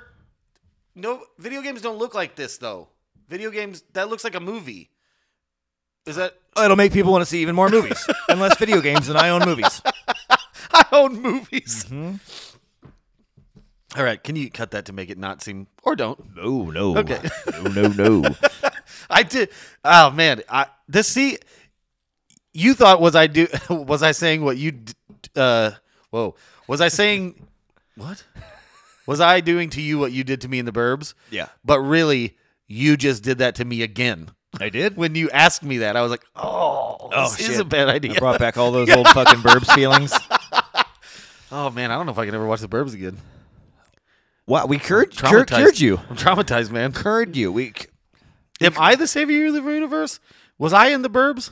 Speaker 1: No, video games don't look like this, though. Video games that looks like a movie. Is that
Speaker 2: Oh, It'll make people want to see even more movies and less video games than I own
Speaker 1: *laughs*
Speaker 2: movies.
Speaker 1: I own movies? All right, can you cut that to make it not seem or don't?
Speaker 3: No, no.
Speaker 1: Okay.
Speaker 3: No, no, no.
Speaker 1: I did. Oh man, I this see. You thought was I do? *laughs* Was I saying what you? d- Uh, whoa, was I saying *laughs* what? Was I doing to you what you did to me in the Burbs?
Speaker 2: Yeah.
Speaker 1: But really, you just did that to me again.
Speaker 2: *laughs* I did.
Speaker 1: When you asked me that, I was like, "Oh,
Speaker 2: Oh,
Speaker 1: this is
Speaker 2: shit.
Speaker 1: a bad idea."
Speaker 2: I brought back
Speaker 1: *laughs*
Speaker 2: all those old fucking burbs feelings.
Speaker 1: oh man, I don't know if I can ever watch the Burbs again.
Speaker 2: Wow, we cured, cured,
Speaker 1: Traumatized.
Speaker 2: cured you.
Speaker 1: I'm traumatized, *laughs* man.
Speaker 2: Cured you. We c-
Speaker 1: Am I the savior of the universe? Was I in the Burbs?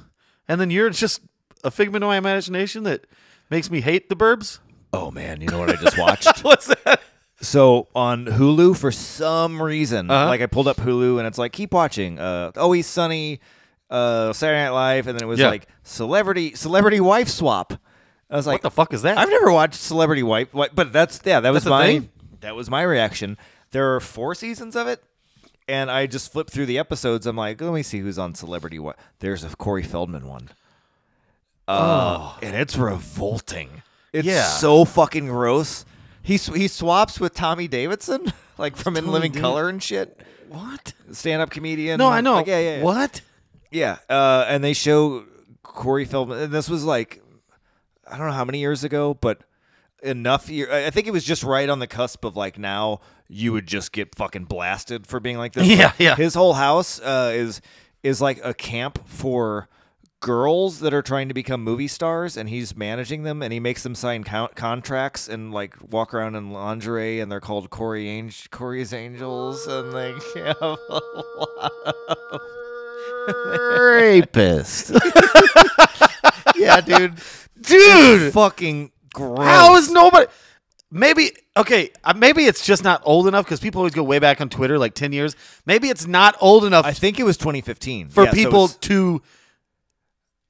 Speaker 1: And then you're just a figment of my imagination that makes me hate the Burbs. *laughs*
Speaker 2: Oh man, you know what I just watched?
Speaker 1: What's that?
Speaker 2: So on Hulu, for some reason,
Speaker 1: Uh-huh.
Speaker 2: like I pulled up Hulu and it's like keep watching. Uh, Always Sunny, uh, Saturday Night Live, and then it was
Speaker 1: Yeah.
Speaker 2: like celebrity celebrity wife swap. I was like,
Speaker 1: What the fuck is that?
Speaker 2: I've never watched Celebrity Wife, Wi- but that's yeah, that was
Speaker 1: a
Speaker 2: my
Speaker 1: thing?
Speaker 2: that was my reaction. There are four seasons of it, and I just flipped through the episodes. I'm like, let me see who's on Celebrity Wife. There's a Corey Feldman one. Oh, and it's revolting. It's
Speaker 1: Yeah.
Speaker 2: so fucking gross. He sw- he swaps with Tommy Davidson, *laughs* like from In Living
Speaker 1: Davi-
Speaker 2: Color and shit.
Speaker 1: what?
Speaker 2: Stand up comedian.
Speaker 1: No, I know.
Speaker 2: Like, yeah, yeah, yeah.
Speaker 1: What?
Speaker 2: Yeah, uh, and they show Corey Feldman, and this was like I don't know how many years ago, but enough year. I I think it was just right on the cusp of like now you would just get fucking blasted for being like
Speaker 1: *laughs*
Speaker 2: this.
Speaker 1: Yeah,
Speaker 2: Like,
Speaker 1: yeah.
Speaker 2: His whole house uh, is is like a camp for girls that are trying to become movie stars and he's managing them and he makes them sign count contracts and like walk around in lingerie and they're called Corey Ange- Corey's Angels and they *laughs* have a
Speaker 1: Rapist.
Speaker 2: yeah, dude.
Speaker 1: dude.
Speaker 2: Fucking gross.
Speaker 1: How is nobody? Maybe okay. uh, Maybe it's just not old enough because people always go way back on Twitter, like ten years. Maybe it's not old enough
Speaker 2: I think it was 2015
Speaker 1: for
Speaker 2: Yeah, so
Speaker 1: people
Speaker 2: it's-
Speaker 1: to,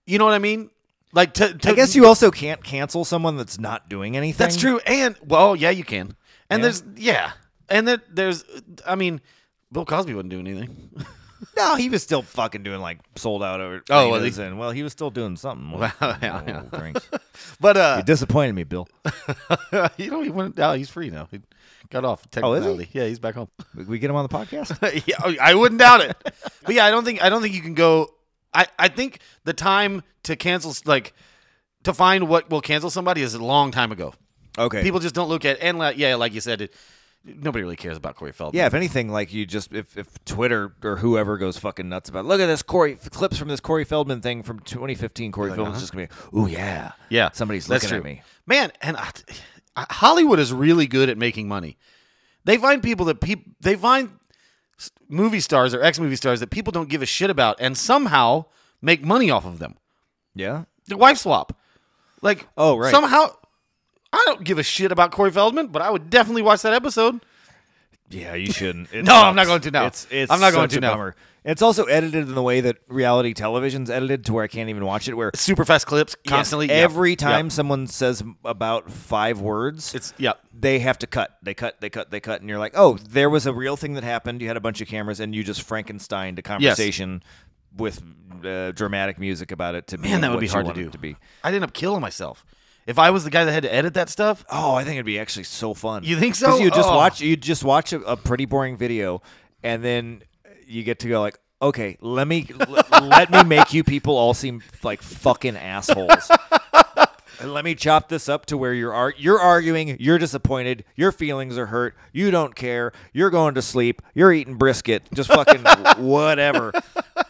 Speaker 1: you know what I mean? Like to, to
Speaker 2: I guess you also can't cancel someone that's not doing anything.
Speaker 1: That's true. And well, yeah, you can. And
Speaker 2: Yeah.
Speaker 1: there's yeah, and there, there's I mean, Bill Cosby wouldn't do anything. *laughs*
Speaker 2: No, he was still fucking doing like sold out over.
Speaker 1: Oh, was he?
Speaker 2: arenas and well, he was still doing something.
Speaker 1: Wow, *laughs* yeah,
Speaker 2: Oh,
Speaker 1: yeah.
Speaker 2: drinks.
Speaker 1: But
Speaker 2: You
Speaker 1: uh,
Speaker 2: disappointed me, Bill.
Speaker 1: *laughs* you know he went. Oh, he's free now. He got off.
Speaker 2: Oh, is he?
Speaker 1: Technically. Yeah, he's back home. *laughs*
Speaker 2: We- We get him on the podcast.
Speaker 1: yeah, oh, I- I wouldn't doubt
Speaker 2: *laughs*
Speaker 1: it. but yeah, I don't think I don't think you can go. I I think the time to cancel like to find what will cancel somebody is a long time ago.
Speaker 2: Okay.
Speaker 1: People just don't look at and like, yeah, like you said, it, nobody really cares about Corey Feldman.
Speaker 2: yeah, if anything, like you just if, if Twitter or whoever goes fucking nuts about look at this Corey clips from this Corey Feldman thing from 2015. Corey Feldman's just gonna be, ooh yeah,
Speaker 1: Uh-huh. Yeah,
Speaker 2: Somebody's
Speaker 1: that's
Speaker 2: looking at
Speaker 1: true.
Speaker 2: me.
Speaker 1: man. And I, I- Hollywood is really good at making money. They find people that people they find s- movie stars or ex movie stars that people don't give a shit about, and somehow make money off of them.
Speaker 2: Yeah.
Speaker 1: The wife swap, like
Speaker 2: Oh, right.
Speaker 1: Somehow, I don't give a shit about Corey Feldman, but I would definitely watch that episode.
Speaker 2: Yeah,
Speaker 1: *laughs*
Speaker 2: you shouldn't.
Speaker 1: No, I'm not going to now.
Speaker 2: It's, it's
Speaker 1: I'm not going
Speaker 2: such
Speaker 1: to
Speaker 2: a
Speaker 1: now.
Speaker 2: bummer. It's also edited in the way that reality television's edited to where I can't even watch it. Where
Speaker 1: Super fast clips constantly. Yep.
Speaker 2: every
Speaker 1: Yep.
Speaker 2: time someone says about five words,
Speaker 1: it's e-, yeah.
Speaker 2: they have to cut. They cut. They cut. They cut. And you're like, oh, there was a real thing that happened. You had a bunch of cameras, and you just Frankenstein a conversation with uh, dramatic music about it. To be
Speaker 1: Man, that would
Speaker 2: what
Speaker 1: be
Speaker 2: you
Speaker 1: hard to
Speaker 2: want it
Speaker 1: do.
Speaker 2: To be.
Speaker 1: I'd end up killing myself if I was the guy that had to edit that stuff. *laughs*
Speaker 2: Oh, I think it'd be actually so fun.
Speaker 1: You think
Speaker 2: 'Cause
Speaker 1: so?
Speaker 2: You just
Speaker 1: Oh.
Speaker 2: watch. You just watch a, a pretty boring video, and then you get to go like, okay, let me l- *laughs* let me make you people all seem like fucking assholes. *laughs* And let me chop this up to where you're ar- you're arguing, you're disappointed, your feelings are hurt, you don't care, you're going to sleep, you're eating brisket,
Speaker 1: *laughs*
Speaker 2: just fucking whatever,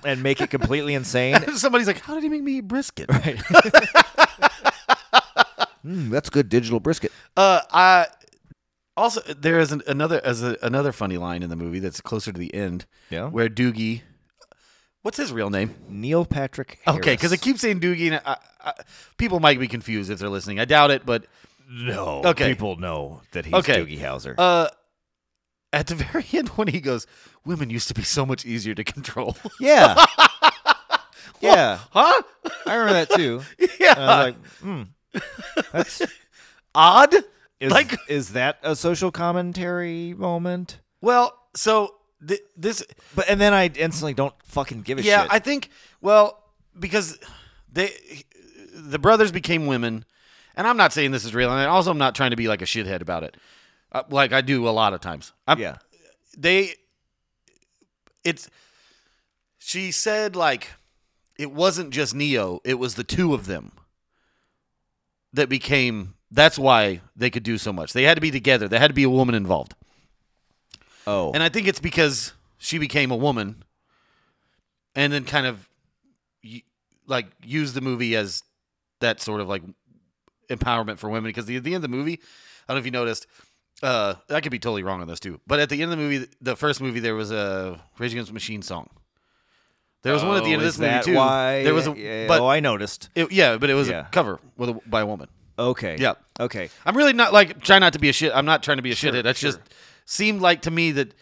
Speaker 2: and make it completely insane. *laughs*
Speaker 1: Somebody's like, "How did he make me eat brisket?"
Speaker 2: Mm, that's good digital brisket.
Speaker 1: Uh, I also there is an, another as a, another funny line in the movie that's closer to the end.
Speaker 2: Yeah.
Speaker 1: where Doogie, what's his real name?
Speaker 2: Neil Patrick. Harris.
Speaker 1: Okay, because I keep saying Doogie, and I, I, people might be confused if they're listening. I doubt it, but
Speaker 2: No.
Speaker 1: Okay.
Speaker 2: People know that he's
Speaker 1: Okay.
Speaker 2: Doogie Howser.
Speaker 1: uh, at the *laughs* very end when he goes, "Women used to be so much easier to control," *laughs*
Speaker 2: yeah. yeah.
Speaker 1: huh?
Speaker 2: I remember that too.
Speaker 1: *laughs* yeah,
Speaker 2: And I was like, hmm. That's,
Speaker 1: odd.
Speaker 2: is,
Speaker 1: Like-
Speaker 2: is that a social commentary moment?
Speaker 1: Well, so th- this
Speaker 2: But and then I instantly don't fucking give a
Speaker 1: yeah,
Speaker 2: shit.
Speaker 1: I think well because they the brothers became women, and I'm not saying this is real, and also I'm not trying to be like a shithead about it, uh, like I do a lot of times. I'm,
Speaker 2: yeah.
Speaker 1: they it's she said like it wasn't just Neo, it was the two of them that became. That's why they could do so much. They had to be together. There had to be a woman involved,
Speaker 2: Oh.
Speaker 1: and I think it's because she became a woman, and then kind of y- like used the movie as that sort of like empowerment for women. Because the, at the end of the movie, I don't know if you noticed. Uh, I could be totally wrong on this too, but at the end of the movie, the first movie, there was a Rage Against the Machine song. There was one at the end of
Speaker 2: Oh, is
Speaker 1: this movie
Speaker 2: that
Speaker 1: too.
Speaker 2: Why?
Speaker 1: There was, a,
Speaker 2: yeah,
Speaker 1: but
Speaker 2: oh, I noticed.
Speaker 1: it- yeah, but it was
Speaker 2: Yeah.
Speaker 1: a cover with a, by a woman.
Speaker 2: Okay.
Speaker 1: Yeah.
Speaker 2: Okay.
Speaker 1: I'm really not like trying not to be a shit. I'm not trying to be a shithead. That's just seemed like to me that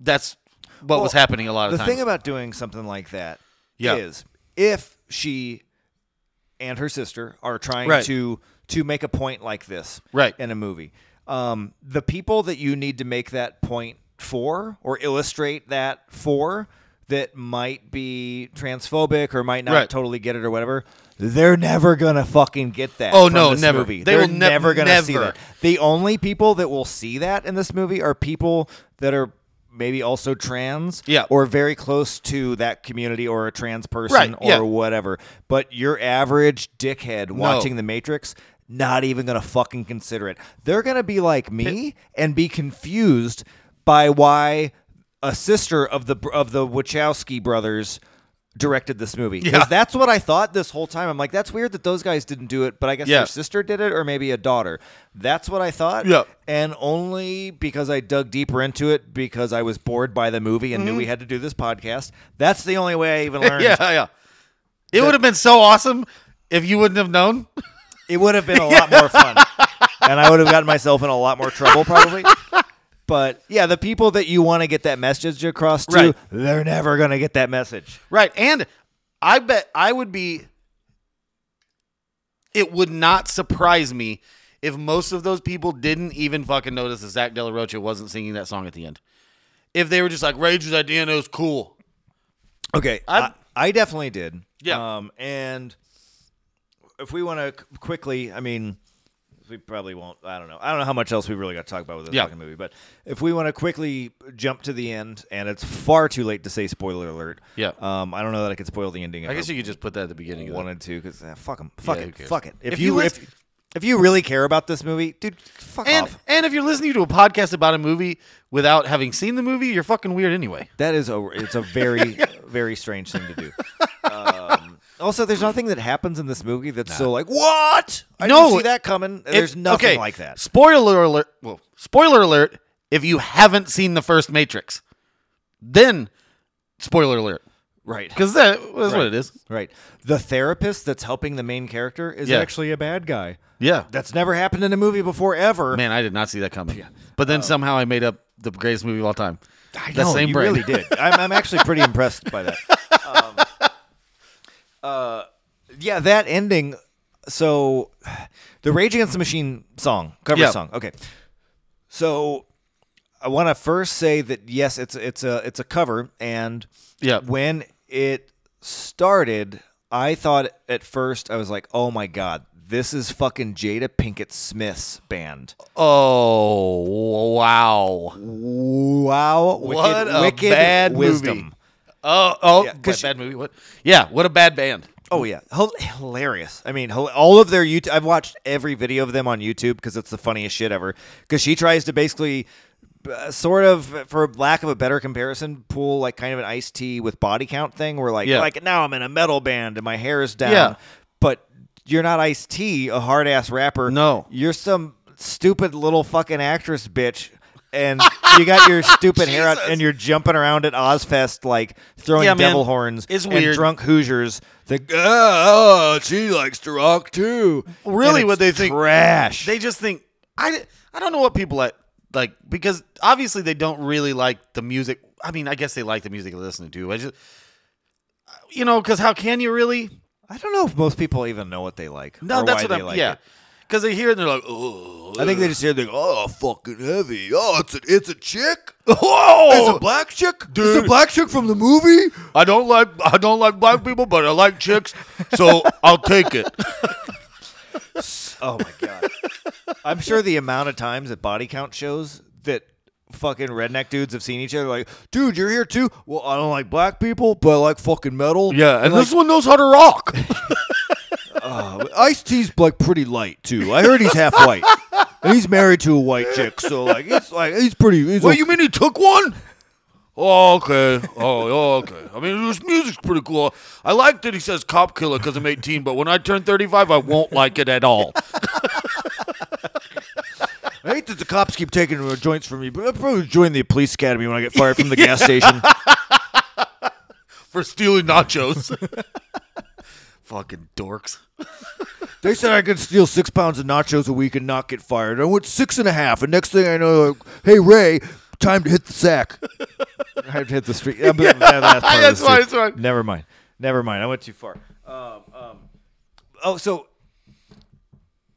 Speaker 1: that's what was
Speaker 2: Well,
Speaker 1: happening a lot of
Speaker 2: the
Speaker 1: times.
Speaker 2: thing about doing something like that
Speaker 1: Yeah.
Speaker 2: is if she and her sister are trying
Speaker 1: Right.
Speaker 2: to to make a point like this
Speaker 1: Right.
Speaker 2: in a movie um, the people that you need to make that point for or illustrate that for that might be transphobic or might not
Speaker 1: Right.
Speaker 2: totally get it or whatever they're never gonna fucking get that
Speaker 1: Oh,
Speaker 2: from
Speaker 1: no,
Speaker 2: this
Speaker 1: never.
Speaker 2: movie.
Speaker 1: They
Speaker 2: are
Speaker 1: will ne-
Speaker 2: never gonna see
Speaker 1: never.
Speaker 2: that the only people that will see that in this movie are people that are maybe also trans
Speaker 1: Yeah.
Speaker 2: or very close to that community or a trans person
Speaker 1: Right,
Speaker 2: or
Speaker 1: yeah.
Speaker 2: whatever. But your average dickhead watching The Matrix not even going to fucking consider it. They're going to be like me and be confused by why a sister of the of the Wachowski brothers directed this movie. Cuz
Speaker 1: Yeah.
Speaker 2: that's what I thought this whole time. I'm like that's weird that those guys didn't do it, but I guess
Speaker 1: Yeah.
Speaker 2: their sister did it or maybe a daughter. That's what I thought.
Speaker 1: Yeah.
Speaker 2: And only because I dug deeper into it because I was bored by the movie and knew
Speaker 1: Mm-hmm.
Speaker 2: we had to
Speaker 1: *laughs*
Speaker 2: do this podcast. That's the only way I even learned.
Speaker 1: yeah, yeah. It would have been so awesome If you wouldn't have
Speaker 2: *laughs*
Speaker 1: known,
Speaker 2: It would have been a lot
Speaker 1: *laughs*
Speaker 2: more fun. and I would have gotten myself in a lot more trouble probably. But yeah, the people that you want to get that message across to,
Speaker 1: Right.
Speaker 2: they're never going to get that message.
Speaker 1: right? And I bet I would be. It would not surprise me if most of those people didn't even fucking notice that Zach Della Rocha wasn't singing that song at the end. If they were just like, "Rage's idea and it was cool,"
Speaker 2: Okay,
Speaker 1: I'm-
Speaker 2: I, I definitely did.
Speaker 1: Yeah.
Speaker 2: Um, and if we want to quickly, I mean, we probably won't. I don't know. I don't know how much else we really got to talk about with this
Speaker 1: Yeah.
Speaker 2: fucking movie. But if we want to quickly jump to the end, and it's far too late to say spoiler alert.
Speaker 1: Yeah.
Speaker 2: Um, I don't know that I could spoil the ending.
Speaker 1: I guess you could just put that at the beginning.
Speaker 2: you
Speaker 1: Of the-
Speaker 2: wanted to because eh, fuck 'em. Fuck
Speaker 1: Yeah, who
Speaker 2: it.
Speaker 1: cares?
Speaker 2: Fuck it. If,
Speaker 1: If
Speaker 2: you,
Speaker 1: you lis-
Speaker 2: if if you really care about this movie, dude, fuck
Speaker 1: And
Speaker 2: off.
Speaker 1: and if you're listening to a podcast about a movie without having seen the movie, you're fucking weird anyway.
Speaker 2: That is a it's a very
Speaker 1: *laughs*
Speaker 2: very strange thing to do. Um, also, there's nothing that happens in this movie that's so like what? I
Speaker 1: No.
Speaker 2: didn't see that coming. There's
Speaker 1: If-
Speaker 2: nothing
Speaker 1: okay,
Speaker 2: like that.
Speaker 1: Spoiler alert. Well, spoiler alert. If you haven't seen the first Matrix, then spoiler alert.
Speaker 2: Right.
Speaker 1: Because that is what it is.
Speaker 2: Right. The therapist that's helping the main character is
Speaker 1: Yeah.
Speaker 2: actually a bad guy.
Speaker 1: Yeah.
Speaker 2: That's never happened in a movie before ever.
Speaker 1: Man, I did not see that coming. But then somehow I made up the greatest movie of all time.
Speaker 2: Oh. I
Speaker 1: That
Speaker 2: know,
Speaker 1: same
Speaker 2: you
Speaker 1: brain.
Speaker 2: really did. I'm, I'm actually pretty impressed by that. Um, *laughs* uh, yeah, that ending. So, the Rage Against the Machine song cover
Speaker 1: Yeah.
Speaker 2: song. Okay, so I want to first say that yes, it's it's a it's a cover, and
Speaker 1: Yeah.
Speaker 2: when it started, I thought at first I was like, oh my god, this is fucking Jada Pinkett Smith's band.
Speaker 1: *laughs* Oh wow!
Speaker 2: Wow, wicked,
Speaker 1: what a
Speaker 2: wicked
Speaker 1: bad
Speaker 2: wisdom.
Speaker 1: movie. Oh oh,
Speaker 2: Yeah,
Speaker 1: what
Speaker 2: 'cause
Speaker 1: bad movie? What? Yeah, what a bad band.
Speaker 2: Oh yeah, Hil- hilarious. I mean, hil- all of their YouTube. I've watched every video of them on YouTube because it's the funniest shit ever. Because she tries to basically, uh, sort of, for lack of a better comparison, pull like kind of an iced tea with body count thing. Where like,
Speaker 1: Yeah.
Speaker 2: like now I'm in a metal band and my hair is down.
Speaker 1: Yeah.
Speaker 2: But you're not iced tea, a hard ass rapper.
Speaker 1: No.
Speaker 2: you're some stupid little fucking actress bitch. And you got your stupid hair
Speaker 1: *laughs*
Speaker 2: out,
Speaker 1: Jesus.
Speaker 2: and you're jumping around at Ozfest like throwing
Speaker 1: Yeah, man.
Speaker 2: devil horns
Speaker 1: It's
Speaker 2: and
Speaker 1: weird.
Speaker 2: drunk Hoosiers. The
Speaker 3: Oh, she likes to rock too.
Speaker 1: Really,
Speaker 2: And
Speaker 1: what
Speaker 2: it's
Speaker 1: they think?
Speaker 2: Trash.
Speaker 1: They just think I. I don't know what people at like because obviously they don't really like the music. I mean, I guess they like the music they're listening to. I just, you know, because how can you really?
Speaker 2: I don't know if most people even know what they like.
Speaker 1: No,
Speaker 2: or
Speaker 1: that's
Speaker 2: why
Speaker 1: what
Speaker 2: they
Speaker 1: I'm.
Speaker 2: Like
Speaker 1: yeah,
Speaker 2: it.
Speaker 1: because they hear it and they're like, *laughs* oh,
Speaker 2: I think they just hear the
Speaker 3: Oh, fucking heavy. Oh, it's a, it's a chick.
Speaker 2: Oh,
Speaker 3: It's a
Speaker 1: whoa.
Speaker 3: black chick. It's
Speaker 1: Dude.
Speaker 3: a black chick from the movie.
Speaker 1: Oh, I don't like I don't like black people, but I like chicks, so I'll take it.
Speaker 2: oh my god. *laughs* I'm sure the amount of times at body count shows that fucking redneck dudes have seen each other like, dude, you're here too. Well, I don't like black people, but I like fucking metal.
Speaker 1: *laughs* Yeah, and this one knows how to rock.
Speaker 3: Ice T's like pretty light too. I heard he's half white, and he's married to a white chick. So like, it's like he's pretty. He's
Speaker 1: Wait, you mean he took one? Oh, okay. Oh, *laughs* oh, okay. I mean, this music's pretty cool. I like that he says cop killer because I'm 18, but when I turn 35, I won't like it at
Speaker 2: *laughs*
Speaker 1: all.
Speaker 3: I hate that the cops keep taking uh, joints from me, but I'll probably join the police academy when I get fired from the
Speaker 2: *laughs*
Speaker 3: gas station.
Speaker 1: For stealing
Speaker 2: *laughs*
Speaker 1: nachos. Fucking dorks.
Speaker 3: They said I could steal six pounds of nachos a week and not get fired. I went six and a half, and next thing I know, like, hey Ray, time to hit the sack.
Speaker 2: *laughs* I have to hit the street. I'm- that last part of
Speaker 1: That's
Speaker 2: the
Speaker 1: fine,
Speaker 2: street.
Speaker 1: that's fine.
Speaker 2: Never mind. Never mind. I went too far. Um, um, oh, so.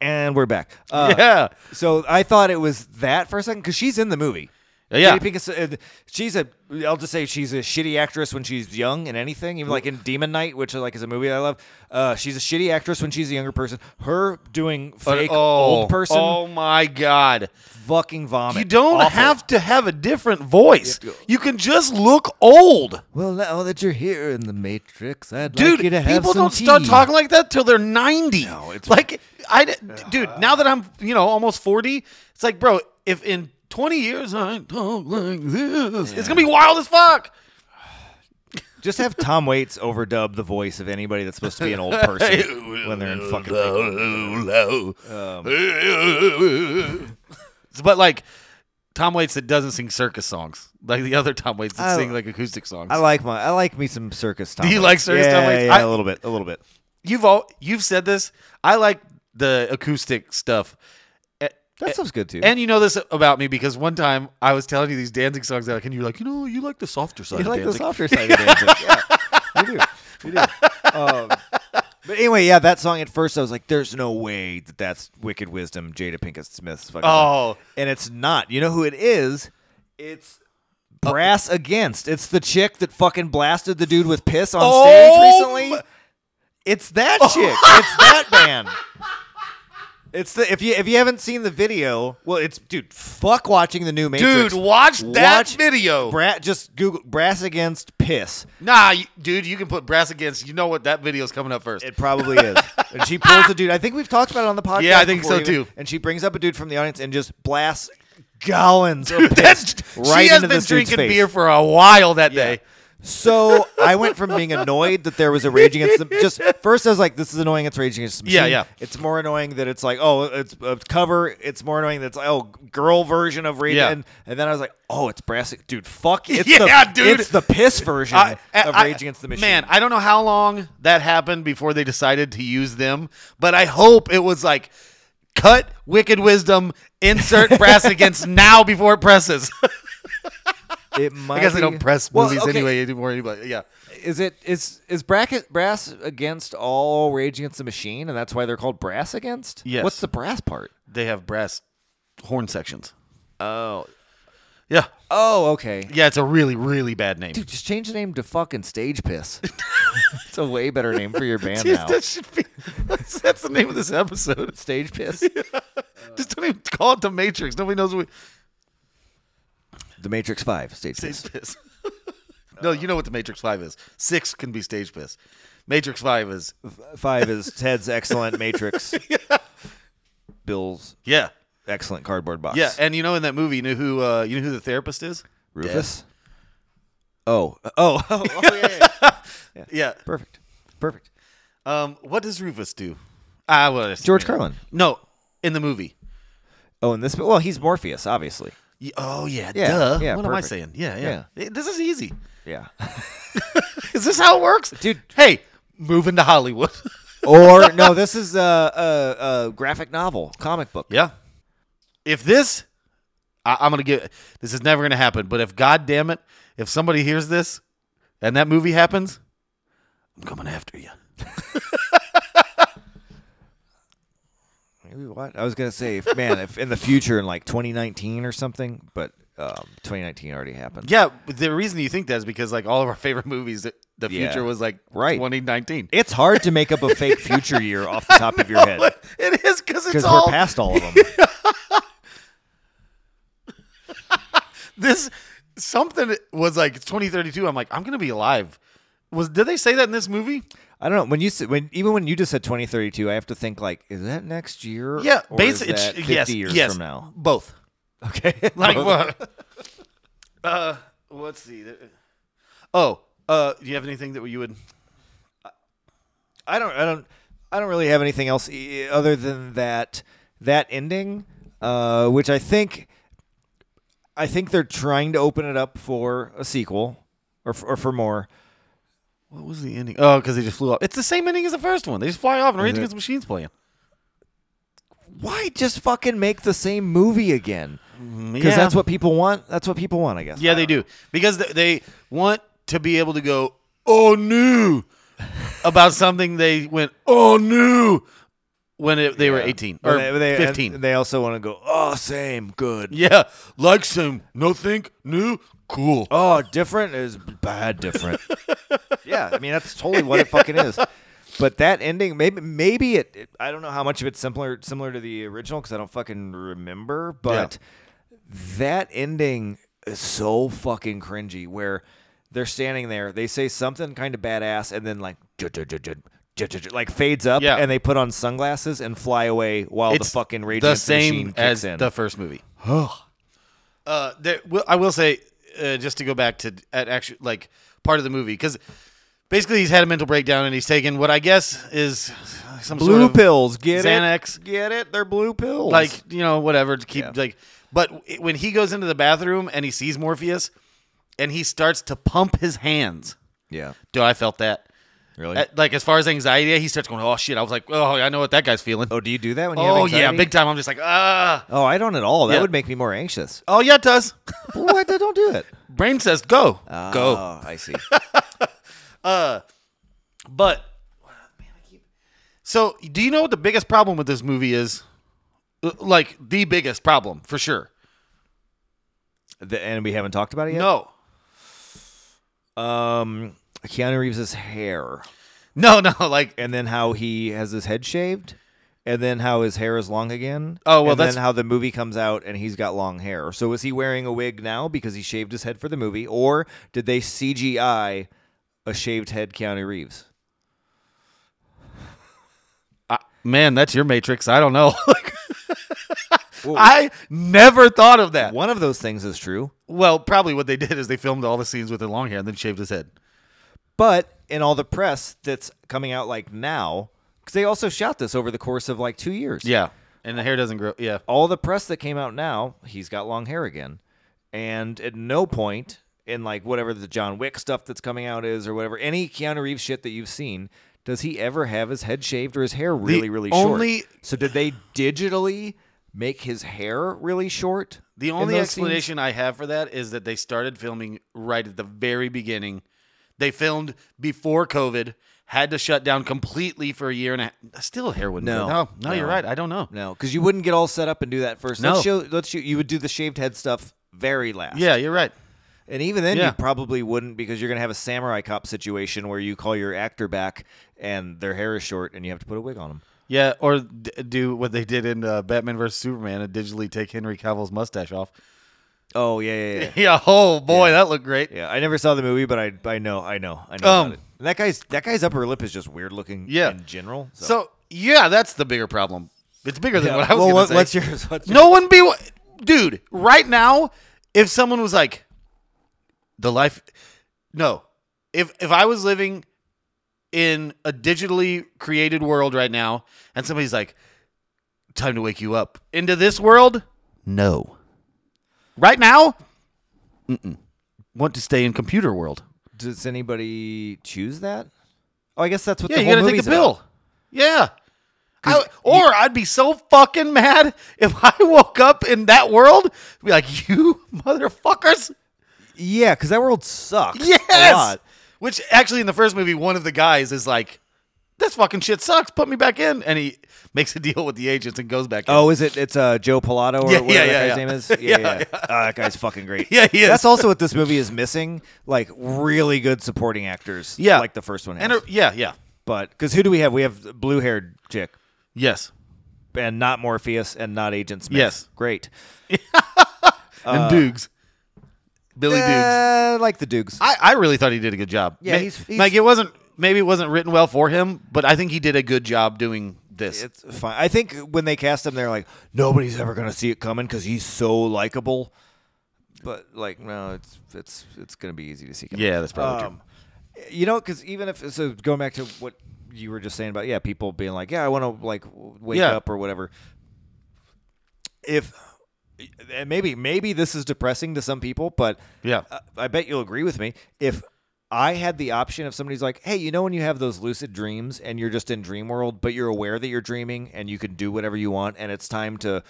Speaker 2: And we're back. Uh,
Speaker 1: Yeah.
Speaker 2: So I thought it was that for a second because she's in the movie.
Speaker 1: Yeah.
Speaker 2: Jada Pinkett- uh, she's a. I'll just say she's a shitty actress when she's young in anything, even like in Demon Knight, which like is a movie I love. Uh, she's a shitty actress when she's a younger person. Her doing fake old person,
Speaker 1: Uh, Oh, my God.
Speaker 2: fucking vomit.
Speaker 1: You don't
Speaker 2: Awful.
Speaker 1: have to have a different voice. You can just look old.
Speaker 2: Well, now that you're here in the Matrix, I'd
Speaker 1: Dude,
Speaker 2: like you to have
Speaker 1: people
Speaker 2: some
Speaker 1: don't start
Speaker 2: tea.
Speaker 1: talking like that till they're 90. No, it's like I d- dude, now that I'm, you know, almost 40, it's like, bro, if in 20 years I talk like this, it's going to be wild as fuck.
Speaker 2: Just have Tom Waits overdub the voice of anybody that's supposed to be
Speaker 1: *laughs*
Speaker 2: an old person when they're in fucking.
Speaker 1: Um, *laughs* But like Tom Waits that doesn't sing circus songs. Like the other Tom Waits that
Speaker 2: I-
Speaker 1: sing like acoustic songs.
Speaker 2: I like my. I like me some circus. Tom
Speaker 1: Do you
Speaker 2: Waits.
Speaker 1: like circus
Speaker 2: yeah,
Speaker 1: Tom Waits?
Speaker 2: Yeah,
Speaker 1: I-
Speaker 2: a little bit. A little bit.
Speaker 1: you've all you've said this. I like the acoustic stuff. A-
Speaker 2: That stuff's good too.
Speaker 1: And you know this about me because one time I was telling you these dancing songs that I can. You're like, you know, you like the softer side.
Speaker 2: you
Speaker 1: of
Speaker 2: like the
Speaker 1: Danzig."
Speaker 2: softer side of dancing. Yeah, you *laughs* do. You do. Um, but anyway, yeah, that song at first I was like, "There's no way that that's Wicked Wisdom, Jada Pinkett Smith's fucking."
Speaker 1: Oh.
Speaker 2: and it's not. You know who it is? It's Brass Against. It's the chick that fucking blasted the dude with piss on
Speaker 1: Oh
Speaker 2: stage
Speaker 1: my-
Speaker 2: recently. It's that chick. It's that band. It's the if you if you haven't seen the video, well, it's dude. Fuck watching the new Matrix.
Speaker 1: Dude, watch that
Speaker 2: Watch
Speaker 1: video.
Speaker 2: Bra- just Google brass against piss.
Speaker 1: nah, you, dude, you can put brass against. You know what? That video's coming up first. *laughs*
Speaker 2: It probably is. and she pulls a dude. I think we've talked about it on the podcast.
Speaker 1: Yeah, I think
Speaker 2: before
Speaker 1: so,
Speaker 2: even.
Speaker 1: too.
Speaker 2: And she brings up a dude from the audience and just blasts gallons of
Speaker 1: That's-
Speaker 2: piss right
Speaker 1: she has
Speaker 2: into
Speaker 1: been
Speaker 2: this dude's
Speaker 1: drinking
Speaker 2: face.
Speaker 1: beer for a while that day.
Speaker 2: So I went from being annoyed that there was a Rage Against
Speaker 1: *laughs*
Speaker 2: the just first I was like, this is annoying. It's Rage Against the Machine.
Speaker 1: Yeah, yeah.
Speaker 2: It's more annoying that it's like, oh, it's a cover. It's more annoying that it's oh, girl version of Rage.
Speaker 1: Yeah.
Speaker 2: And, and then I was like, oh, it's brass, dude.
Speaker 1: *laughs*
Speaker 2: Fuck, it's
Speaker 1: Yeah,
Speaker 2: the
Speaker 1: dude.
Speaker 2: it's the piss version
Speaker 1: I- I-
Speaker 2: of
Speaker 1: I-
Speaker 2: Rage Against the Machine.
Speaker 1: Man, I don't know how long that happened before they decided to use them, but I hope it was like cut Wicked Wisdom, insert
Speaker 2: *laughs*
Speaker 1: Brass Against now before it presses.
Speaker 2: *laughs* it might
Speaker 1: I guess they
Speaker 2: be-
Speaker 1: don't press
Speaker 2: Well,
Speaker 1: movies
Speaker 2: okay,
Speaker 1: anyway anymore. Anybody, yeah.
Speaker 2: Is it is is bracket brass against all Rage Against the Machine, and that's why they're called brass against?
Speaker 1: Yes.
Speaker 2: What's the brass part?
Speaker 1: They have brass horn sections.
Speaker 2: Oh.
Speaker 1: Yeah.
Speaker 2: Oh, okay.
Speaker 1: Yeah, it's a really, really bad name.
Speaker 2: Dude, just change the name to fucking Stage *laughs* Piss. it's a way better name *laughs* for your band
Speaker 1: Dude,
Speaker 2: now.
Speaker 1: *laughs* that should be, that's, that's the name of this
Speaker 2: *laughs*
Speaker 1: episode.
Speaker 2: Stage Piss.
Speaker 1: Just don't even call it The Matrix. Nobody knows what
Speaker 2: the Matrix Five. Stage Piss.
Speaker 1: stage *laughs* piss. no, you know what The Matrix 5 is. Six can be stage piss. Matrix 5 is,
Speaker 2: Five is Ted's excellent *laughs* Matrix. Bill's
Speaker 1: *laughs* yeah.
Speaker 2: excellent cardboard box.
Speaker 1: Yeah, and you know in that movie, you know who uh, you know who the therapist is?
Speaker 2: Rufus. Oh. *laughs* Oh. oh, yeah, yeah, yeah.
Speaker 1: Yeah.
Speaker 2: *laughs* Perfect. Perfect.
Speaker 1: Um, what does Rufus do? Ah, well, it's-
Speaker 2: George Carlin.
Speaker 1: No, in the movie.
Speaker 2: Oh, and this well, he's Morpheus, obviously.
Speaker 1: Y- Oh yeah,
Speaker 2: Yeah,
Speaker 1: duh.
Speaker 2: yeah,
Speaker 1: what am I
Speaker 2: perfect.
Speaker 1: saying? Yeah, yeah. It- This is easy. *laughs*
Speaker 2: Yeah. *laughs*
Speaker 1: Is this how it works,
Speaker 2: Dude.
Speaker 1: Hey, moving to Hollywood. *laughs*
Speaker 2: or no, this is a, a, a graphic novel, comic book.
Speaker 1: yeah. If this, I, I'm gonna get. This is never gonna happen. But if God damn it, if somebody hears this, and that movie happens, I'm coming after you.
Speaker 2: Maybe what? I was gonna say, if, man, if in the future, in like 2019 or something, but um, 2019 already happened.
Speaker 1: Yeah, but the reason you think that is because like all of our favorite movies, the the
Speaker 2: Yeah.
Speaker 1: future was like
Speaker 2: Right.
Speaker 1: 2019.
Speaker 2: It's hard to make up a fake future year off the top of your *laughs* head
Speaker 1: It is *laughs* because it's
Speaker 2: because
Speaker 1: all
Speaker 2: we're past all of them. *laughs*
Speaker 1: this. Something was like it's 2032. I'm like, I'm gonna be alive. Was did they say that in this movie?
Speaker 2: I don't know when you s- when even when you just said 2032, I have to think like, is that next year?
Speaker 1: Yeah,
Speaker 2: or
Speaker 1: basi-
Speaker 2: is
Speaker 1: it's-
Speaker 2: that 50
Speaker 1: yes,
Speaker 2: years
Speaker 1: yes,
Speaker 2: from now. *laughs*
Speaker 1: both.
Speaker 2: Okay,
Speaker 1: Like what?
Speaker 2: *laughs*
Speaker 1: uh, let's see. There- Oh, uh, do you have anything that you would?
Speaker 2: I don't I don't I don't really have anything else e- other than that that ending uh, which I think I think they're trying to open it up for a sequel or f- or for more.
Speaker 1: What was the ending? Oh, because they just flew off. It's the same ending as the first one. They just fly off and Rage
Speaker 2: it?
Speaker 1: Against the Machine's playing.
Speaker 2: Why just fucking make the same movie again? Cuz
Speaker 1: yeah.
Speaker 2: that's what people want. That's what people want, I guess.
Speaker 1: Yeah, they do because th- they want to be able to go oh no about something they went oh no when it, they were eighteen or
Speaker 2: Well, they- they-
Speaker 1: fifteen.
Speaker 2: and They also want to go, "Oh, same, good."
Speaker 1: yeah, like some no think new cool.
Speaker 2: Oh, different is bad different. yeah, I mean that's totally what it fucking is. But that ending, maybe maybe it, it- I don't know how much of it's similar similar to the original because I don't fucking remember. But that ending is so fucking cringy. Where they're standing there, they say something kind of badass, and then like. "Ju-ju-ju-ju, ju-ju-ju," Like fades up,
Speaker 1: Yeah.
Speaker 2: and they put on sunglasses and fly away while the fucking rage
Speaker 1: the
Speaker 2: Against the
Speaker 1: same
Speaker 2: machine kicks
Speaker 1: as
Speaker 2: in.
Speaker 1: the first movie. uh, there, will, I will say uh, just to go back to at actually like part of the movie because basically he's had a mental breakdown and he's taken what I guess is some
Speaker 2: blue
Speaker 1: sort of,
Speaker 2: pills, get
Speaker 1: Xanax.
Speaker 2: it, get it. They're blue pills.
Speaker 1: like you know whatever to keep
Speaker 2: Yeah.
Speaker 1: like but it- when he goes into the bathroom and he sees morpheus and he starts to pump his hands
Speaker 2: yeah,
Speaker 1: dude i felt that
Speaker 2: Really?
Speaker 1: At- like as far as anxiety, he starts going, "Oh shit!" I was like, "Oh, I know what that guy's feeling."
Speaker 2: oh, do you do that when you have
Speaker 1: Oh yeah,
Speaker 2: anxiety?
Speaker 1: big time. I'm just like, ah.
Speaker 2: Oh, I don't at all. That
Speaker 1: Yeah.
Speaker 2: would make me more anxious.
Speaker 1: Oh yeah, it does. *laughs*
Speaker 2: what? Don't do it.
Speaker 1: Brain says go, *laughs* go.
Speaker 2: Oh, I see.
Speaker 1: But so, do you know what the biggest problem with this movie is? L- Like the biggest problem for sure.
Speaker 2: The- and we haven't talked about it yet.
Speaker 1: No,
Speaker 2: No. Um, Keanu Reeves' hair,
Speaker 1: no, *laughs* no. Like
Speaker 2: and then how he has his head shaved, and then how his hair is long again.
Speaker 1: Oh, well,
Speaker 2: and
Speaker 1: that's-
Speaker 2: then how the movie comes out and he's got long hair. So is he wearing a wig now because he shaved his head for the movie, or did they CGI a shaved head Keanu Reeves?
Speaker 1: Man, that's your matrix. I don't know. *laughs* Like,
Speaker 2: Whoa.
Speaker 1: I never thought of that.
Speaker 2: One of those things is true.
Speaker 1: Well, probably what they did is they filmed all the scenes with their long hair and then shaved his head.
Speaker 2: But in all the press that's coming out like now, because they also shot this over the course of like two years.
Speaker 1: Yeah. And the hair doesn't grow. Yeah.
Speaker 2: All the press that came out now, he's got long hair again. And at no point in like whatever the John Wick stuff that's coming out is or whatever, any Keanu Reeves shit that you've seen, does he ever have his head shaved or his hair really, really
Speaker 1: only-
Speaker 2: short? So did they digitally make his hair really short?
Speaker 1: The
Speaker 2: in
Speaker 1: only
Speaker 2: those scenes?
Speaker 1: explanation I have for that is that they started filming right at the very beginning. They filmed before COVID, had to shut down completely for a year and a half. Still hair wouldn't
Speaker 2: No.
Speaker 1: grow. No, no,
Speaker 2: No.
Speaker 1: you're right. I don't know.
Speaker 2: No, because you wouldn't get all set up and do that first.
Speaker 1: No.
Speaker 2: Let's show let's show, you would do the shaved head stuff very last.
Speaker 1: Yeah, you're right.
Speaker 2: And even then,
Speaker 1: Yeah.
Speaker 2: you probably wouldn't because you're going to have a samurai cop situation where you call your actor back and their hair is short and you have to put a wig on them.
Speaker 1: Yeah, or d- do what they did in uh, Batman vs Superman and digitally take Henry Cavill's mustache off.
Speaker 2: Oh yeah, yeah, yeah.
Speaker 1: *laughs* Yeah, oh boy, that looked great.
Speaker 2: *laughs* yeah. I never saw the movie, but I I know I know I know
Speaker 1: Um,
Speaker 2: about it. And that guy's that guy's upper lip is just weird looking.
Speaker 1: Yeah.
Speaker 2: in general. So,
Speaker 1: So yeah, that's the bigger problem. It's bigger than
Speaker 2: Yeah.
Speaker 1: what I was
Speaker 2: well,
Speaker 1: gonna
Speaker 2: what,
Speaker 1: say.
Speaker 2: what's yours? What's
Speaker 1: no one be, dude. Right now, if someone was like, the life, no, if if I was living in a digitally created world right now, and somebody's like, time to wake you up into this world, no. Right now, mm-mm. want to stay in computer world?
Speaker 2: Does anybody choose that? Oh, I guess that's what.
Speaker 1: Yeah,
Speaker 2: the
Speaker 1: you
Speaker 2: whole
Speaker 1: gotta take
Speaker 2: movie's
Speaker 1: the pill.
Speaker 2: about.
Speaker 1: Yeah. I- or I'd be so fucking mad *laughs* if I woke up in that world, be like, you *laughs* motherfuckers.
Speaker 2: Yeah, because that world sucks. a
Speaker 1: Yes.
Speaker 2: lot.
Speaker 1: Which actually, in the first movie, one of the guys is like, this fucking shit sucks. Put me back in. And he *laughs* makes a deal with the agents and goes back in.
Speaker 2: Oh, is it? It's uh, Joe Pilato or
Speaker 1: Yeah,
Speaker 2: whatever
Speaker 1: yeah,
Speaker 2: that
Speaker 1: yeah,
Speaker 2: guy's
Speaker 1: yeah. *laughs*
Speaker 2: name is.
Speaker 1: Yeah,
Speaker 2: Yeah, yeah. Oh, that guy's fucking great.
Speaker 1: *laughs* Yeah, he is.
Speaker 2: That's also what this movie is missing, like really good supporting actors.
Speaker 1: Yeah.
Speaker 2: like the first one. Has.
Speaker 1: And uh, yeah, yeah.
Speaker 2: but because who do we have? We have blue haired chick,
Speaker 1: Yes.
Speaker 2: and not Morpheus, and not Agent Smith.
Speaker 1: Yes.
Speaker 2: great.
Speaker 1: and Dukes. Billy Dukes.
Speaker 2: Uh, like the Dukes.
Speaker 1: I, I really thought he did a good job.
Speaker 2: Yeah,
Speaker 1: Ma-
Speaker 2: he's- he's-
Speaker 1: like, it wasn't, maybe it wasn't written well for him, but I think he did a good job doing this.
Speaker 2: it's fine. I think when they cast him, they're like, nobody's ever gonna see it coming because he's so likable. But like, no, it's it's it's gonna be easy to see. Coming.
Speaker 1: Yeah, that's probably
Speaker 2: um, you know, because even if so, going back to what you were just saying about yeah, people being like, yeah, I want to like w- wake
Speaker 1: Yeah.
Speaker 2: up or whatever. If and maybe maybe this is depressing to some people, but
Speaker 1: true. Yeah.
Speaker 2: uh, I bet you'll agree with me. If I had the option, if somebody's like, "Hey, you know when you have those lucid dreams and you're just in dream world, but you're aware that you're dreaming and you can do whatever you want, and it's time to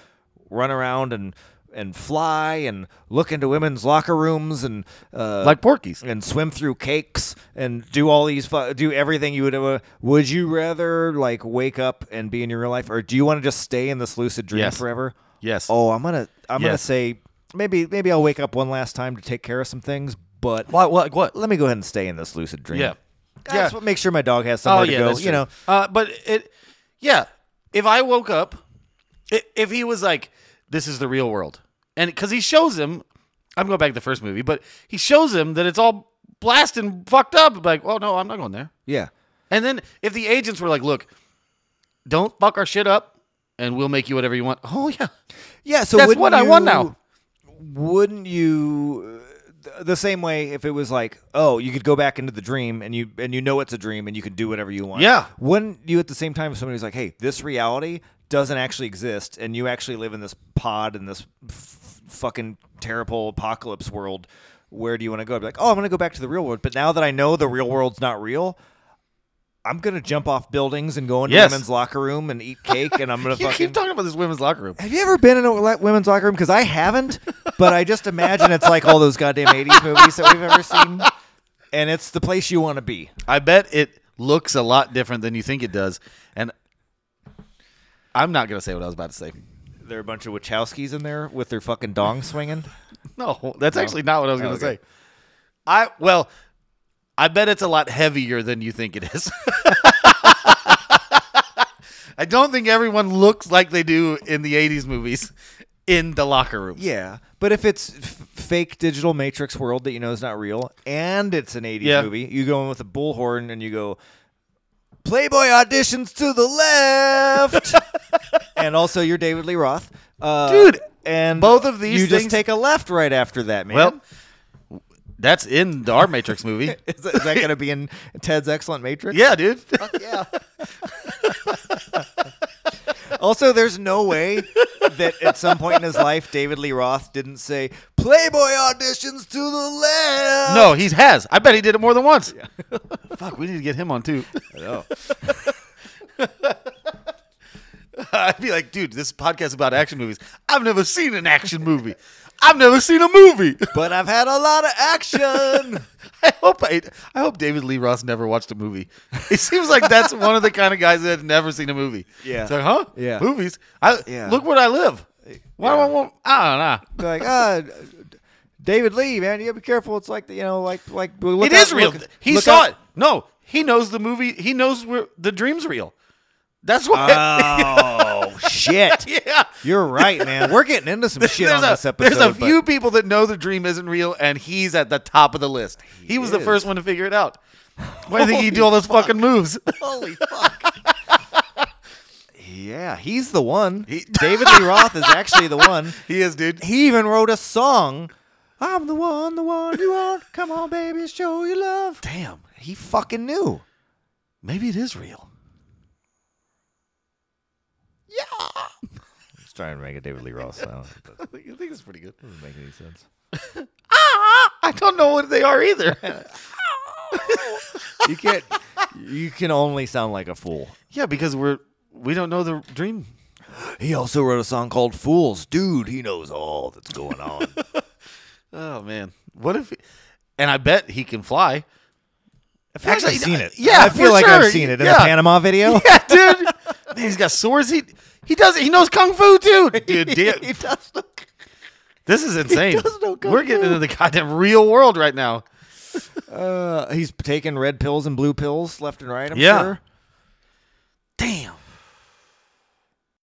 Speaker 2: run around and and fly and look into women's locker rooms and uh,
Speaker 1: like Porky's.
Speaker 2: and swim through cakes and do all these fu- do everything you would uh, would you rather like wake up and be in your real life or do you want to just stay in this lucid dream
Speaker 1: Yes.
Speaker 2: forever
Speaker 1: Yes.
Speaker 2: oh i'm gonna i'm gonna
Speaker 1: Yes.
Speaker 2: say maybe maybe i'll wake up one last time to take care of some things but
Speaker 1: What? What? What?
Speaker 2: let me go ahead and stay in this lucid dream
Speaker 1: Yeah.
Speaker 2: i just
Speaker 1: Yeah. Oh,
Speaker 2: want to make sure my dog has somewhere to go
Speaker 1: that's
Speaker 2: you
Speaker 1: true.
Speaker 2: know
Speaker 1: Uh, but it, yeah. If I woke up, i- if he was like, "This is the real world," and because he shows him, I'm going back to the first movie, but he shows him that it's all blasting fucked up. Like, oh no, I'm not going there.
Speaker 2: yeah
Speaker 1: And then if the agents were like, "Look, don't fuck our shit up, and we'll make you whatever you want." Oh yeah, *laughs*
Speaker 2: yeah so
Speaker 1: that's
Speaker 2: wouldn't
Speaker 1: what I want now.
Speaker 2: you- wouldn't you th- the same way if it was like oh you could go back into the dream and you and you know it's a dream and you can do whatever you want
Speaker 1: Yeah.
Speaker 2: wouldn't you at the same time if somebody was like hey this reality doesn't actually exist and you actually live in this pod in this f- fucking terrible apocalypse world where do you want to go I'd be like oh i'm going to go back to the real world but now that i know the real world's not real I'm gonna jump off buildings and go into
Speaker 1: Yes.
Speaker 2: women's locker room and eat cake, and I'm gonna
Speaker 1: *laughs* You
Speaker 2: fucking.
Speaker 1: keep talking about this women's locker room.
Speaker 2: Have you ever been in a le- women's locker room? Because I haven't, but I just imagine it's like all those goddamn '80s movies that we've ever seen, and it's the place you want to be.
Speaker 1: I bet it looks a lot different than you think it does. And I'm not going to say what I was about to say.
Speaker 2: There are a bunch of Wachowskis in there with their fucking dong swinging.
Speaker 1: No, that's actually not what I was going to
Speaker 2: Oh, okay.
Speaker 1: say. I well, I bet it's a lot heavier than you think it is. *laughs* I don't think everyone looks like they do in the 80s movies in the locker room.
Speaker 2: Yeah, but if it's f- fake digital Matrix world that you know is not real, and it's an '80s
Speaker 1: Yeah.
Speaker 2: movie, you go in with a bullhorn and you go, "Playboy auditions to the *laughs* left," and also you're David Lee Roth, uh,
Speaker 1: Dude,
Speaker 2: And
Speaker 1: both of these
Speaker 2: you just
Speaker 1: things-
Speaker 2: take a left right after that, man.
Speaker 1: Well, that's in the our Matrix movie.
Speaker 2: *laughs* is that, is that going to be in Ted's excellent Matrix?
Speaker 1: yeah,
Speaker 2: *laughs*
Speaker 1: dude.
Speaker 2: yeah. also, there's no way that at some point in his life David Lee Roth didn't say Playboy auditions to the left.
Speaker 1: No, he has. I bet he did it more than once. *laughs* Fuck, we need to get him on
Speaker 2: *laughs*
Speaker 1: too. I know. I'd be like, dude, this podcast is about action movies. I've never seen an action movie. I've never seen a movie. *laughs*
Speaker 2: but I've had a lot of action. *laughs*
Speaker 1: I hope I, I hope David Lee Ross never watched a movie. *laughs* It seems like
Speaker 2: *laughs*
Speaker 1: that's one of the kind of guys that had never seen a movie.
Speaker 2: Yeah.
Speaker 1: It's like, huh?
Speaker 2: Yeah.
Speaker 1: Movies. I
Speaker 2: Yeah.
Speaker 1: look where I live. Why do I want? I don't know.
Speaker 2: They're like, ah, David Lee, man, you gotta be careful. It's like you know, like like look
Speaker 1: it is
Speaker 2: out-
Speaker 1: real.
Speaker 2: look-
Speaker 1: he
Speaker 2: look
Speaker 1: saw
Speaker 2: out-
Speaker 1: it. No, he knows the movie. He knows where the dream's real. That's why.
Speaker 2: *laughs* Uh, Oh shit!
Speaker 1: *laughs* yeah.
Speaker 2: You're right, man. We're getting into some shit
Speaker 1: there's
Speaker 2: on
Speaker 1: a,
Speaker 2: this episode.
Speaker 1: There's a
Speaker 2: but-
Speaker 1: few people that know the dream isn't real, and he's at the top of the llist. He, was the
Speaker 2: is.
Speaker 1: first one to figure it out. Why do you think he do all those fucking moves? *laughs*
Speaker 2: Holy fuck. *laughs* yeah, he's the one. *laughs*
Speaker 1: He-
Speaker 2: David Lee Roth is actually the one.
Speaker 1: he is, dude.
Speaker 2: He even wrote a song. I'm the one, the one you want. Come on, baby, show your love.
Speaker 1: Damn.
Speaker 2: He fucking knew.
Speaker 1: Maybe it is
Speaker 2: *laughs*
Speaker 1: real.
Speaker 2: I was trying to make a David Lee Roth sound.
Speaker 1: I think, I think it's pretty good.
Speaker 2: doesn't make any sense.
Speaker 1: Ah, *laughs* I don't know what they are either. *laughs*
Speaker 2: You *laughs* can't. You can only sound like a fool.
Speaker 1: yeah, because we're we don't know the dream.
Speaker 2: He also wrote a song called "Fools." Dude, he knows all that's going on.
Speaker 1: Oh man, what if? And I bet he can fly.
Speaker 2: I feel
Speaker 1: Actually,
Speaker 2: *laughs* I've seen it.
Speaker 1: yeah,
Speaker 2: I feel
Speaker 1: for
Speaker 2: like
Speaker 1: sure.
Speaker 2: I've seen it in
Speaker 1: Yeah.
Speaker 2: a Panama *laughs* video.
Speaker 1: *laughs* Yeah, dude. man, *laughs* he's got swords. He he does. He knows kung fu too, *laughs* dude.
Speaker 2: he
Speaker 1: dude.
Speaker 2: does look.
Speaker 1: This is insane.
Speaker 2: does know kung
Speaker 1: We're getting
Speaker 2: fu.
Speaker 1: into the goddamn real world right now.
Speaker 2: Uh, he's taking red pills and blue pills left and right. I'm
Speaker 1: Yeah.
Speaker 2: sure.
Speaker 1: Damn.